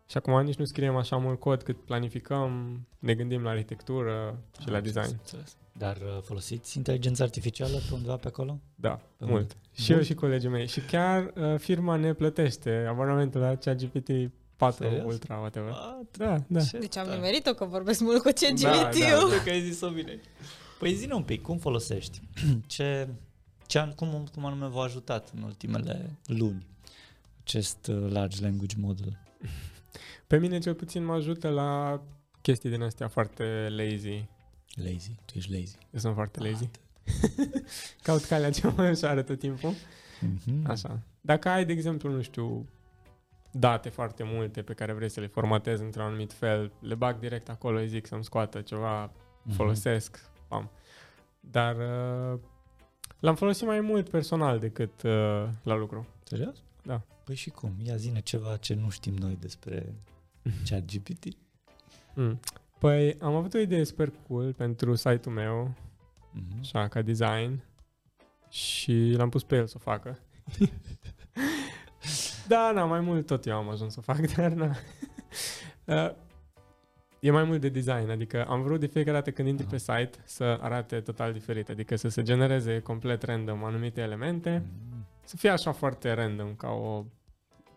Și acum nici nu scriem așa mult cod cât planificăm, ne gândim la arhitectură [laughs] și la Am design. înțeles. Dar uh, folosiți inteligența artificială pe undeva pe acolo? Da, Pe mult. Și eu și colegii mei. Și chiar uh, firma ne plătește abonamentul la ChatGPT 4 Serios? Ultra, whatever. What? Da, da. Ah, Ce Deci am tare. nimerit-o că vorbesc mult cu CGBT-ul. Da, da, [laughs] Știu că ai zis-o bine. Păi zine un pic, cum folosești? [clears throat] Ce, ce an- cum, cum anume v-a ajutat în ultimele luni acest uh, large language model? Pe mine cel puțin mă ajută la chestii din astea foarte lazy. Lazy, tu ești lazy. Eu sunt foarte lazy. [laughs] Caut calea cea mai ușoară tot timpul. Mhm. Mm-hmm. Așa. Dacă ai, de exemplu, nu știu, date foarte multe pe care vrei să le formatezi într-un anumit fel, le bag direct acolo, îi zic să-mi scoată ceva, Mhm. folosesc, am. Dar uh, l-am folosit mai mult personal decât uh, la lucru. Mhm. Serios? Da. Păi și cum? Ia zine ceva ce nu știm noi despre [laughs] ChatGPT. Mm. Păi am avut o idee super cool pentru site-ul meu, Mhm. așa, ca design și l-am pus pe el să o facă. da, na, mai mult tot eu am ajuns să o fac, [laughs] dar na. Uh, E mai mult de design, adică am vrut de fiecare dată când intri Aha. pe site să arate total diferit, adică să se genereze complet random anumite elemente, Mhm. să fie așa foarte random, ca o...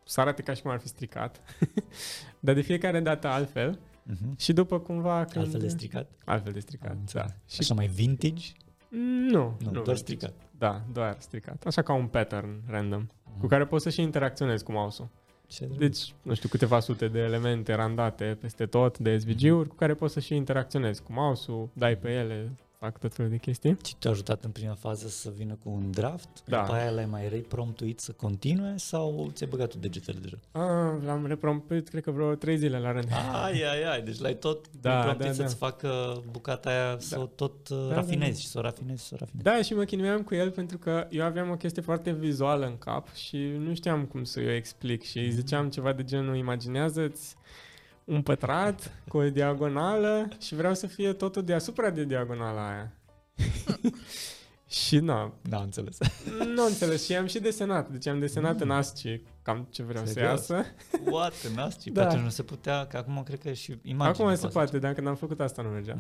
să arate ca și cum ar fi stricat, [laughs] dar de fiecare dată altfel Mhm. și după cumva când... Altfel de stricat? Altfel de Am stricat, da. înțeles. Și Așa mai vintage? nu, Nu, nu doar vintage. stricat. Da, doar stricat. Așa ca un pattern random, cu care poți să și interacționezi cu mouse-ul. Ce drăguț. Deci, nu știu, câteva sute de elemente randate peste tot, de SVG-uri, cu care poți să și interacționezi cu mouse-ul, dai pe ele, fac tot felul de chestii. Și te-a ajutat în prima fază să vină cu un draft? Da. După aia l-ai mai repromptuit să continue sau ți-ai băgat tu degetele deja? Ah, l-am repromptit, cred că vreo trei zile la rând. Ai, ai, ai, deci l-ai tot Da, da, da, da, să-ți facă bucata aia, să o tot uh, da, rafinezi da. și să o rafinezi și să o rafinezi. Da, și mă chinuiam cu el pentru că eu aveam o chestie foarte vizuală în cap și nu știam cum să o explic și îi ziceam ceva de genul imaginează-ți un pătrat cu o diagonală și vreau să fie totul deasupra de diagonala aia. [laughs] și na, Da, am înțeles. nu înțeles și am și desenat, deci am desenat Mm. în ASCII cam ce vreau să Serios? iasă. What, în asta? Da. Da. Atunci nu se putea, că acum cred că și imaginea. Acum se poate. poate, dar când am făcut asta nu mergea.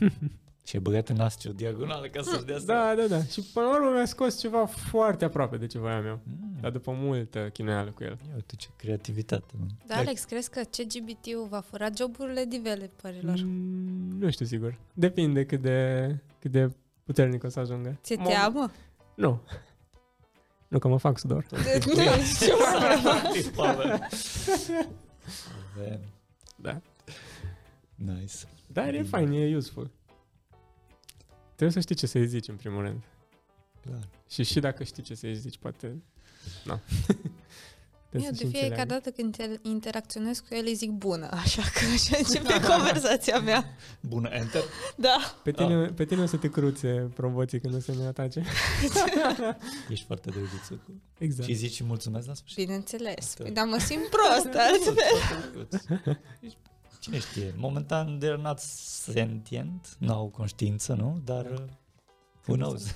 Mhm. și ai băgat în asta o diagonală ca să-și dea seama. Da, da, da. Și până la urmă mi-a scos ceva foarte aproape de ce voiam eu. Mm. Dar după multă chinuială cu el. Ia uite ce creativitate. mă. Dar Da, Alex, crezi că CGBT-ul va fura joburile developerilor? Mm, nu știu sigur. Depinde cât de, cât de puternic o să ajungă. Ți-e Mă- [laughs] teamă? Nu. Nu, că mă fac sudor. Nu, ce mai Practic, Pavel. Avem. Da. Nice. Dar e fain, e useful. Trebuie să știi ce să-i zici, în primul rând. Clar. [laughs] Și și dacă știi ce să-i zici, poate... Eu să și de fiecare înțeleagă. dată când te- interacționez cu el îi zic bună, așa [laughs] că așa începe conversația mea. Bună, enter. Da. Pe tine, Ah. pe tine o să te cruțe promoții când o să ne atace. [laughs] Ești foarte drăguță. Cu... Exact. Și îi zici și mulțumesc [laughs] la sfârșit. Bineînțeles. Da. Asta. Păi, dar mă simt [laughs] prost altfel. Foarte drăguț. Ești- Cine știe? Momentan they're not sentient, nu au conștiință, nu? Dar uh, who knows?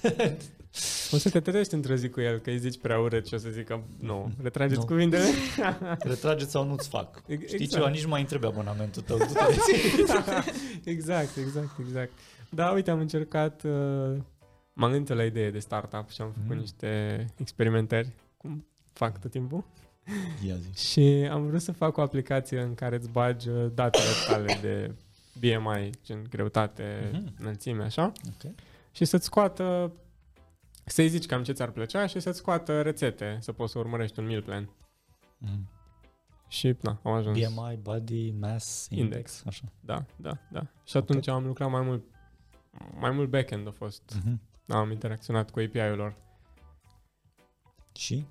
O să te trezești într-o zi cu el, că îi zici prea urât și o să zică [laughs] nu, retrageți Nu. cuvintele. Retrageți sau nu-ți fac. E- Știi exact. ceva? Nici nu mai întrebi abonamentul tău. Du-te. [laughs] exact, exact, exact. Da, uite, am încercat, uh, m-am gândit la idee de startup și am făcut Mm. niște experimentări, cum fac tot timpul. Ia zi. Și am vrut să fac o aplicație în care îți bagi uh, datele tale de BMI, gen greutate, Mhm. înălțime, așa, Ok. și să-ți scoată, să-i zici cam ce ți-ar plăcea și să-ți scoată rețete, să poți să urmărești un meal plan. Mm. Și, na, am ajuns. BMI, Body Mass Index. Index. Așa. Da, da, da. Și atunci am lucrat mai mult, mai mult backend a fost. Mhm. Am interacționat cu API-ul lor. Și?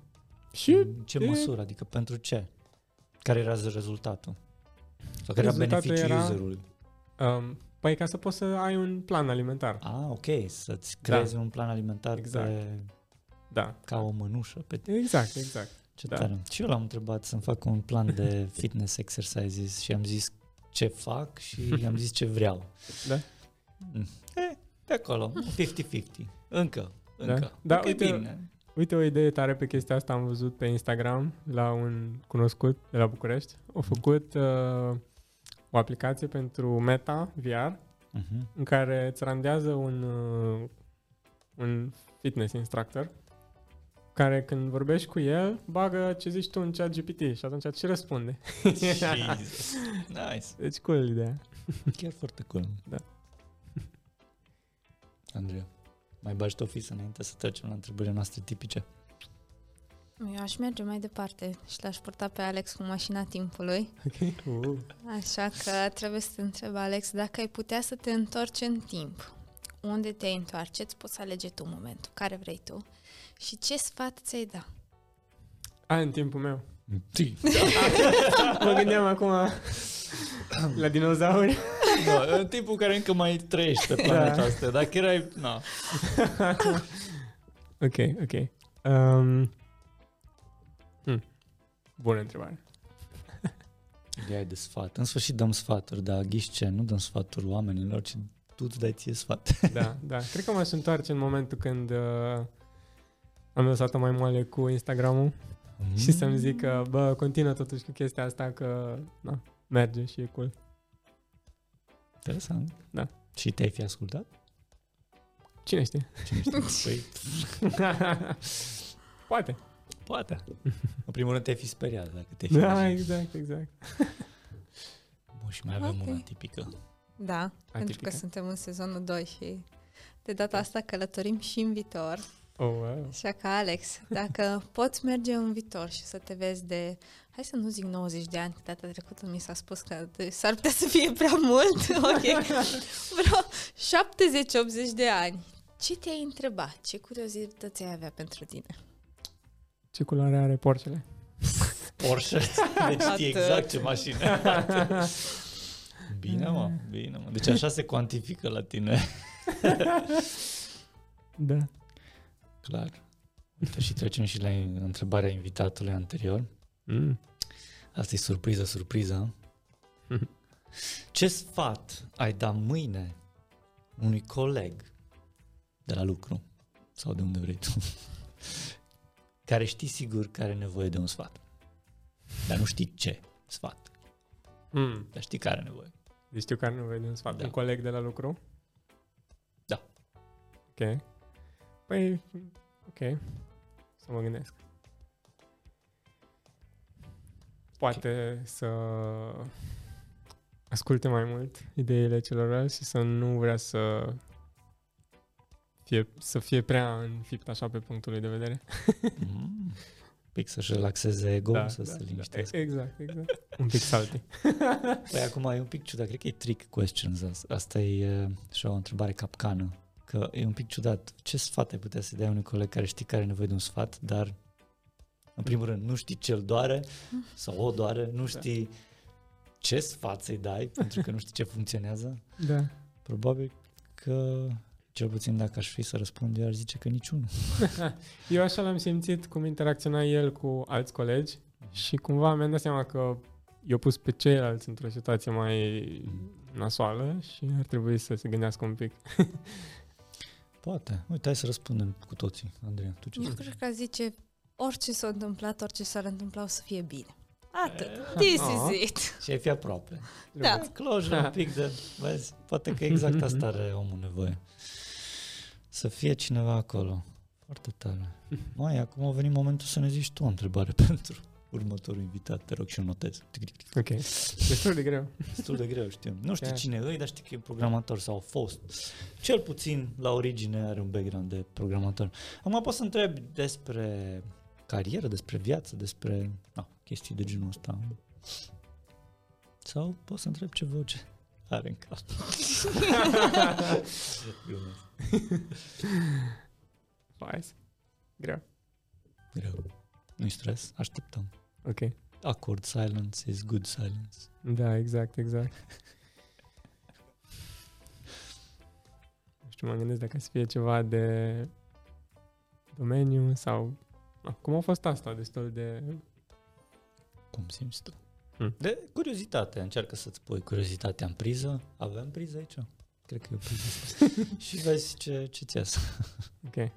Și În ce e- măsură? Adică pentru ce? Care era rezultatul? Sau care era Rezultatul beneficiul era- userului? um, păi ca să poți să ai un plan alimentar. Ah, ok, să-ți creezi un plan alimentar Da. Exact. pe, Da. ca o mănușă pe Exact, exact. ce Da. da. tare. Și eu l-am întrebat să-mi fac un plan de [laughs] fitness exercises și am zis ce fac și i-am zis ce vreau. [laughs] Da. Mm. Eh, de acolo, 50-50. Încă, încă. Da, Încă e uite- bine. Uite o idee tare pe chestia asta am văzut pe Instagram la un cunoscut de la București. Au făcut uh, o aplicație pentru Meta VR Mhm. [laughs] în care îți randează un, uh, un fitness instructor care când vorbești cu el bagă ce zici tu în chat GPT și atunci îți și răspunde. Jesus. Nice. Deci cool ideea. Chiar foarte cool. Da. [laughs] Andreea, mai bagi tu o fisă înainte să trecem la întrebările noastre tipice. Eu aș merge mai departe și l-aș purta pe Alex cu mașina timpului. Ok. Uh. Așa că trebuie să te întreb, Alex, dacă ai putea să te întorci în timp, unde te-ai întoarce, îți poți alege tu momentul, care vrei tu și ce sfat ți-ai da? A, în timpul meu. Da, [laughs] Mă gândeam [coughs] acum la dinozauri. [laughs] da, în timpul care încă mai trăiești pe planeta Da. asta. Dacă erai... Na. [laughs] Ok, ok. Um, hmm. Bună întrebare. Ideea e de sfat. În sfârșit dăm sfaturi, dar ghiși ce? Nu dăm sfaturi oamenilor, ci tu îți dai ție sfat. Da, da. Cred că m-aș întoarce în momentul când uh, am lăsat-o mai moale cu Instagram-ul Mm. și să-mi zic că, bă, continuă totuși cu chestia asta că, na, merge și e cool. Interesant. Da. Și te-ai fi ascultat? Cine știe? [laughs] Cine știe? Păi, Poate. poate. În primul rând te-ai fi speriat dacă te-ai fi Da, auzit. exact, exact. Bun, și mai avem Ok. una tipică. Da, Atipica. pentru Atipică. că suntem în sezonul 2 și de data asta călătorim și în viitor. Oh, wow. Așa că, Alex, dacă poți merge în viitor și să te vezi de, hai să nu zic 90 de ani, că data trecută mi s-a spus că de- s-ar putea să fie prea mult, [laughs] ok, vreo 70-80 de ani, ce te-ai întrebat? Ce curiozități ai avea pentru tine? Ce culoare are porcele? Porsche. Deci știi Atât. exact ce mașină. Bine, mă, bine, mă. Deci așa se cuantifică la tine. Da. Clar. Uite, și trecem și la întrebarea invitatului anterior. Mm. Asta e surpriză, surpriză. Ce sfat ai da mâine unui coleg de la lucru sau de unde vrei tu, [laughs] care știi sigur că are nevoie de un sfat, dar nu știi ce sfat, Mm. dar știi că are nevoie. Deci știu că are nevoie de un sfat. Da. Da. Un coleg de la lucru? Da. Ok. Păi, ok. Să mă gândesc. Poate să asculte mai mult ideile celorlalți și să nu vrea să fie, să fie prea înfipt așa pe punctul lui de vedere. Mm. Pic să-și relaxeze ego-ul, da, să da, se liniștească. Da, exact, exact. Un pic salty. Păi acum e un pic ciudat, cred că e trick questions, asta- asta e uh, și o întrebare capcană, că e un pic ciudat. Ce sfat ai putea să dai unui coleg care știi că are nevoie de un sfat, dar În primul rând, nu știi ce-l doare sau o doare, nu știi ce sfat să-i dai, pentru că nu știi ce funcționează. Da. Probabil că, cel puțin dacă aș fi să răspund, eu aș zice că niciunul. Eu așa l-am simțit cum interacționa el cu alți colegi și cumva mi-am dat seama că i-au pus pe ceilalți într-o situație mai nasoală și ar trebui să se gândească un pic. Poate. Uite, hai să răspundem cu toții. Andreea, tu ce Eu zici? cred că aș zice, orice s-a întâmplat, orice s-ar întâmpla, o să fie bine. Atât. This Ah. is it. Și ai fi aproape. Da. Cluj, un pic de... Vezi, poate că exact asta are omul nevoie. Să fie cineva acolo. Foarte tare. Mai, acum a venit momentul să ne zici tu o întrebare [laughs] pentru următorul invitat. Te rog și notez. Tic, tic, tic. Ok. Destul de greu. Destul de greu, știu. Nu știu Da. cine e, dar știu că e programator sau a fost. Cel puțin la origine are un background de programator. Acum pot să întreb despre carieră, despre viață, despre na, chestii de genul ăsta. Sau pot să întreb ce voce are în cap. Glumesc. Fais. Greu. Greu. Nu-i stres, așteptăm. Ok. Acord silence is good silence. Da, exact, exact. Nu știu, mă gândesc dacă să fie ceva de domeniu sau... Ah, Cum a fost asta destul de... [laughs] Cum simți tu? Hmm. De curiozitate, încearcă să-ți pui curiozitatea în priză. Avem priză aici? Cred că e o priză. și vezi ce, ce ți iasă. Ok.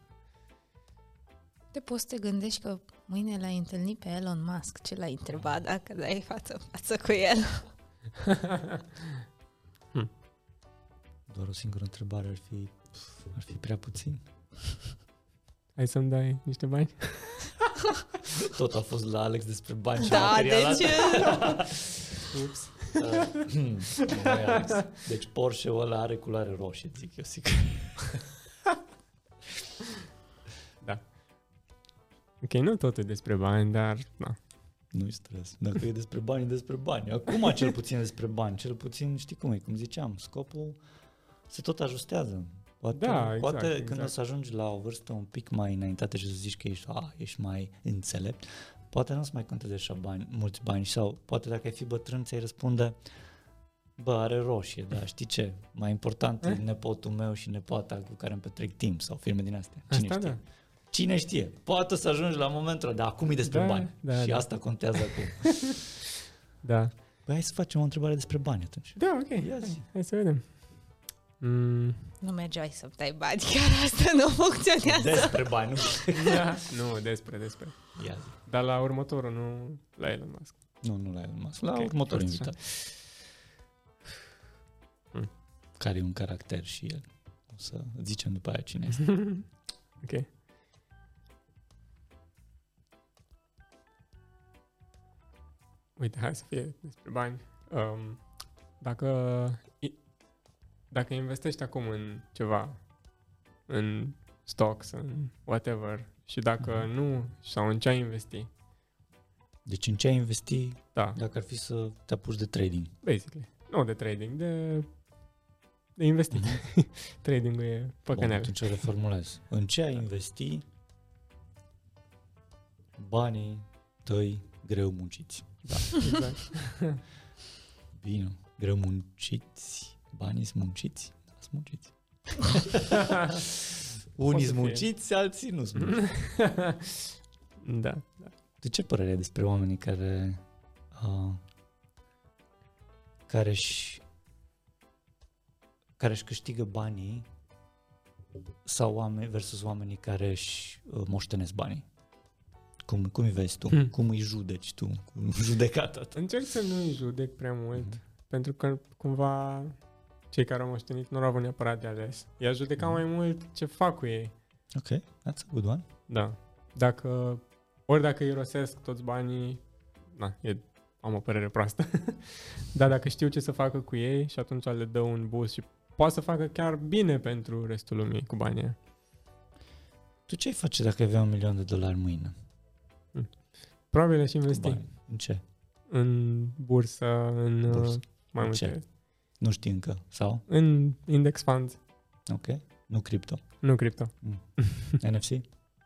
Te poți să te gândești că mâine l-ai întâlnit pe Elon Musk. Ce l-ai întrebat dacă l-ai față în față cu el? Doar o singură întrebare ar fi, ar fi prea puțin. Hai să-mi dai niște bani? Tot a fost la Alex despre bani și Da, material. [laughs] Uh, deci... Ups. [clears throat] Băi, Alex, deci Porsche-ul ăla are culoare roșie, zic eu sigur. Ok, nu totul e despre bani, dar... Na. Nu-i stres. Dacă e despre bani, e despre bani. Acum cel puțin e despre bani. Cel puțin știi cum e, cum ziceam, scopul se tot ajustează. Poate, Da, exact, poate când exact. o să ajungi la o vârstă un pic mai înaintată și să zici că ești, a, ești mai înțelept, poate nu o să mai conteze așa bani, mulți bani sau poate dacă ai fi bătrân ți-ai răspunde bă, are roșie, dar știi ce? Mai important Eh? e nepotul meu și nepoata cu care îmi petrec timp sau filme din astea. Cine Asta știe? da. Cine știe? Poate o să ajungi la momentul ăla, dar acum e despre Da, bani. da, și da. asta contează acum. Da. [laughs] Păi hai să facem o întrebare despre bani atunci. Da, ok. Ia zi. Hai, hai să vedem. Mm, Nu mergeai să-mi dai bani, [laughs] chiar asta nu funcționează. Despre bani, nu? da. [laughs] nu, despre, despre. Ia zi. Dar la următorul, nu la Elon Musk. Nu, nu la Elon Musk, la Ok, următorul asta. invitat. Hmm. Care e un caracter și el. O să zicem după aia cine este. [laughs] Ok. Uite, hai să fie despre bani. Um, dacă, i- dacă investești acum în ceva, în stocks, în whatever, și dacă Mhm. nu, sau în ce ai investi, Deci în ce ai investi da, dacă ar fi să te apuci de trading? basically. Nu de trading, de, de investit. [laughs] Trading-ul e Mhm. Bun, păcăneală. atunci reformulez. În ce ai investi banii tăi greu munciți? Da, exact. [laughs] Bine, greu munciți. Banii sunt munciți? Da, sunt [laughs] munciți. Poate Unii să sunt fie. munciți, alții nu sunt [laughs] munciți. da. De ce părere ai despre oamenii care uh, care își care își câștigă banii sau oameni versus oamenii care își uh, moștenesc banii? Cum, cum îi vezi tu? Hmm. Cum îi judeci tu? Cu judecata ta? Încerc să nu-i judec prea mult, Mhm. pentru că cumva cei care au moștenit nu au avut neapărat de ales. I-a judeca Mhm. mai mult ce fac cu ei. Ok, that's a good one. Da. Dacă, ori dacă irosesc toți banii, na, e, am o părere proastă. [laughs] Dar dacă știu ce să facă cu ei și atunci le dă un boost și poate să facă chiar bine pentru restul lumii cu banii. aia. Tu ce ai face dacă ai avea un milion de dolari mâine? Probabil și Cu investi bani? În ce? în bursă, în uh, Bursă. mai În ce? multe. Nu știi încă. Sau? În index funds, Ok. Nu [laughs] cripto. nu cripto. NFC?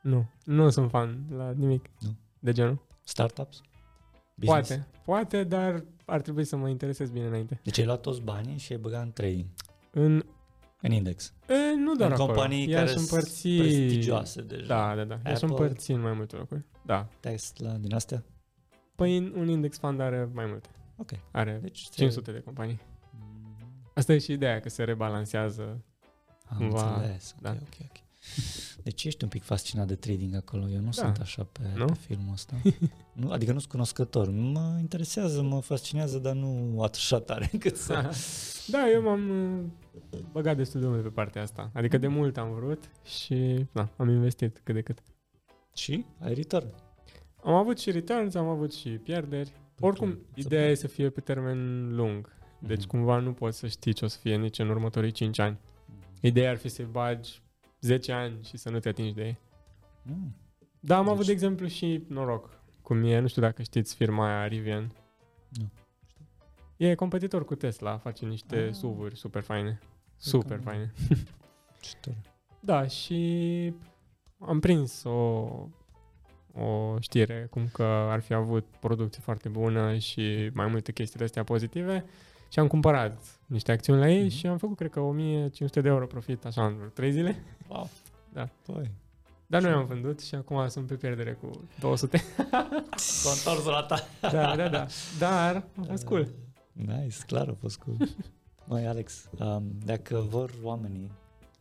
Nu, nu sunt fan la nimic. de genul. Startups? Business? Poate, poate, dar ar trebui să mă interesez bine înainte. Deci ai luat toți banii și ai băgat în trei, În, în index. e, nu doar în acolo. companii I-aș care împărți... sunt prestigioase deja. Da, da, da. I-aș Apple. împărți în mai multe locuri. Da. Tesla, din astea? Păi în- un index fund are mai multe. Ok. Are Deci, Mm-hmm. 500 de companii. Asta e și ideea, că se rebalansează. Am Cumva, înțeles. da. Da. Ok, ok, ok. Deci ești un pic fascinat de trading acolo. Eu nu Da. da. sunt așa pe, Nu? nu? pe filmul ăsta. [laughs] nu, adică nu sunt cunoscător. Mă interesează, mă fascinează, dar nu așa tare [laughs] încât să... [laughs] Da, eu m-am uh, băgat destul de mult pe partea asta. Adică de mult am vrut și da, am investit cât de cât. și? Ai return. Am avut și returns, am avut și pierderi. Oricum, ideea e să fie pe termen lung. Deci Mhm. cumva nu poți să știi ce o să fie nici în următorii 5 ani. Mm-hmm. Ideea ar fi să bagi 10 ani și să nu te atingi de ei. Mm. Da, am Deci- avut, de exemplu, și noroc cu mie. Nu știu dacă știți firma aia, Rivian. Nu. E competitor cu Tesla, face niște Ah. SUV-uri super faine. Super nu. faine. Ce tare. Da, și am prins o, o știre cum că ar fi avut producție foarte bună și mai multe chestii de astea pozitive și am cumpărat niște acțiuni la ei Mhm. și am făcut, cred că, 1500 de euro profit, așa, în vreo 3 zile. Wow. Da. Păi, Dar noi am vândut și acum sunt pe pierdere cu 200. s-a întors la ta. [laughs] da, da, da. Dar a fost cool. Nice, clar a fost [laughs] cool. Măi, Alex, um, dacă vor oamenii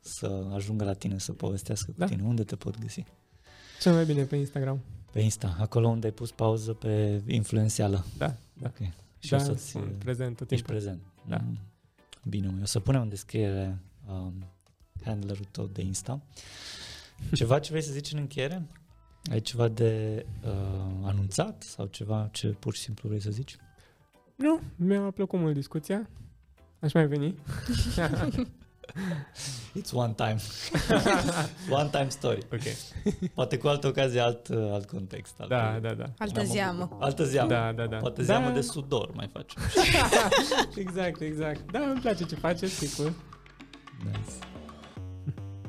să ajungă la tine să povestească Da. cu tine, unde te pot găsi? Cel mai bine pe Instagram. Pe Insta, acolo unde ai pus pauză pe influențială. Da, da. Ok. Și da, o să-ți sunt prezent tot ești timpul. prezent. Da. Mm. Bine, măi, o să punem în descriere um, handlerul tău de Insta. [laughs] Ceva ce vrei să zici în încheiere? Ai ceva de uh, anunțat sau ceva ce pur și simplu vrei să zici? Nu, mi-a plăcut mult discuția. Aș mai [laughs] veni. It's one time. one time story. ok. Poate cu altă ocazie, alt, alt context. Alt Da, da, da. Altă Am zeamă. Altă zeamă. Da, da, da. Da. Poate zeamă de sudor mai facem. exact, exact. Da, îmi place ce faceți, e cool. Nice.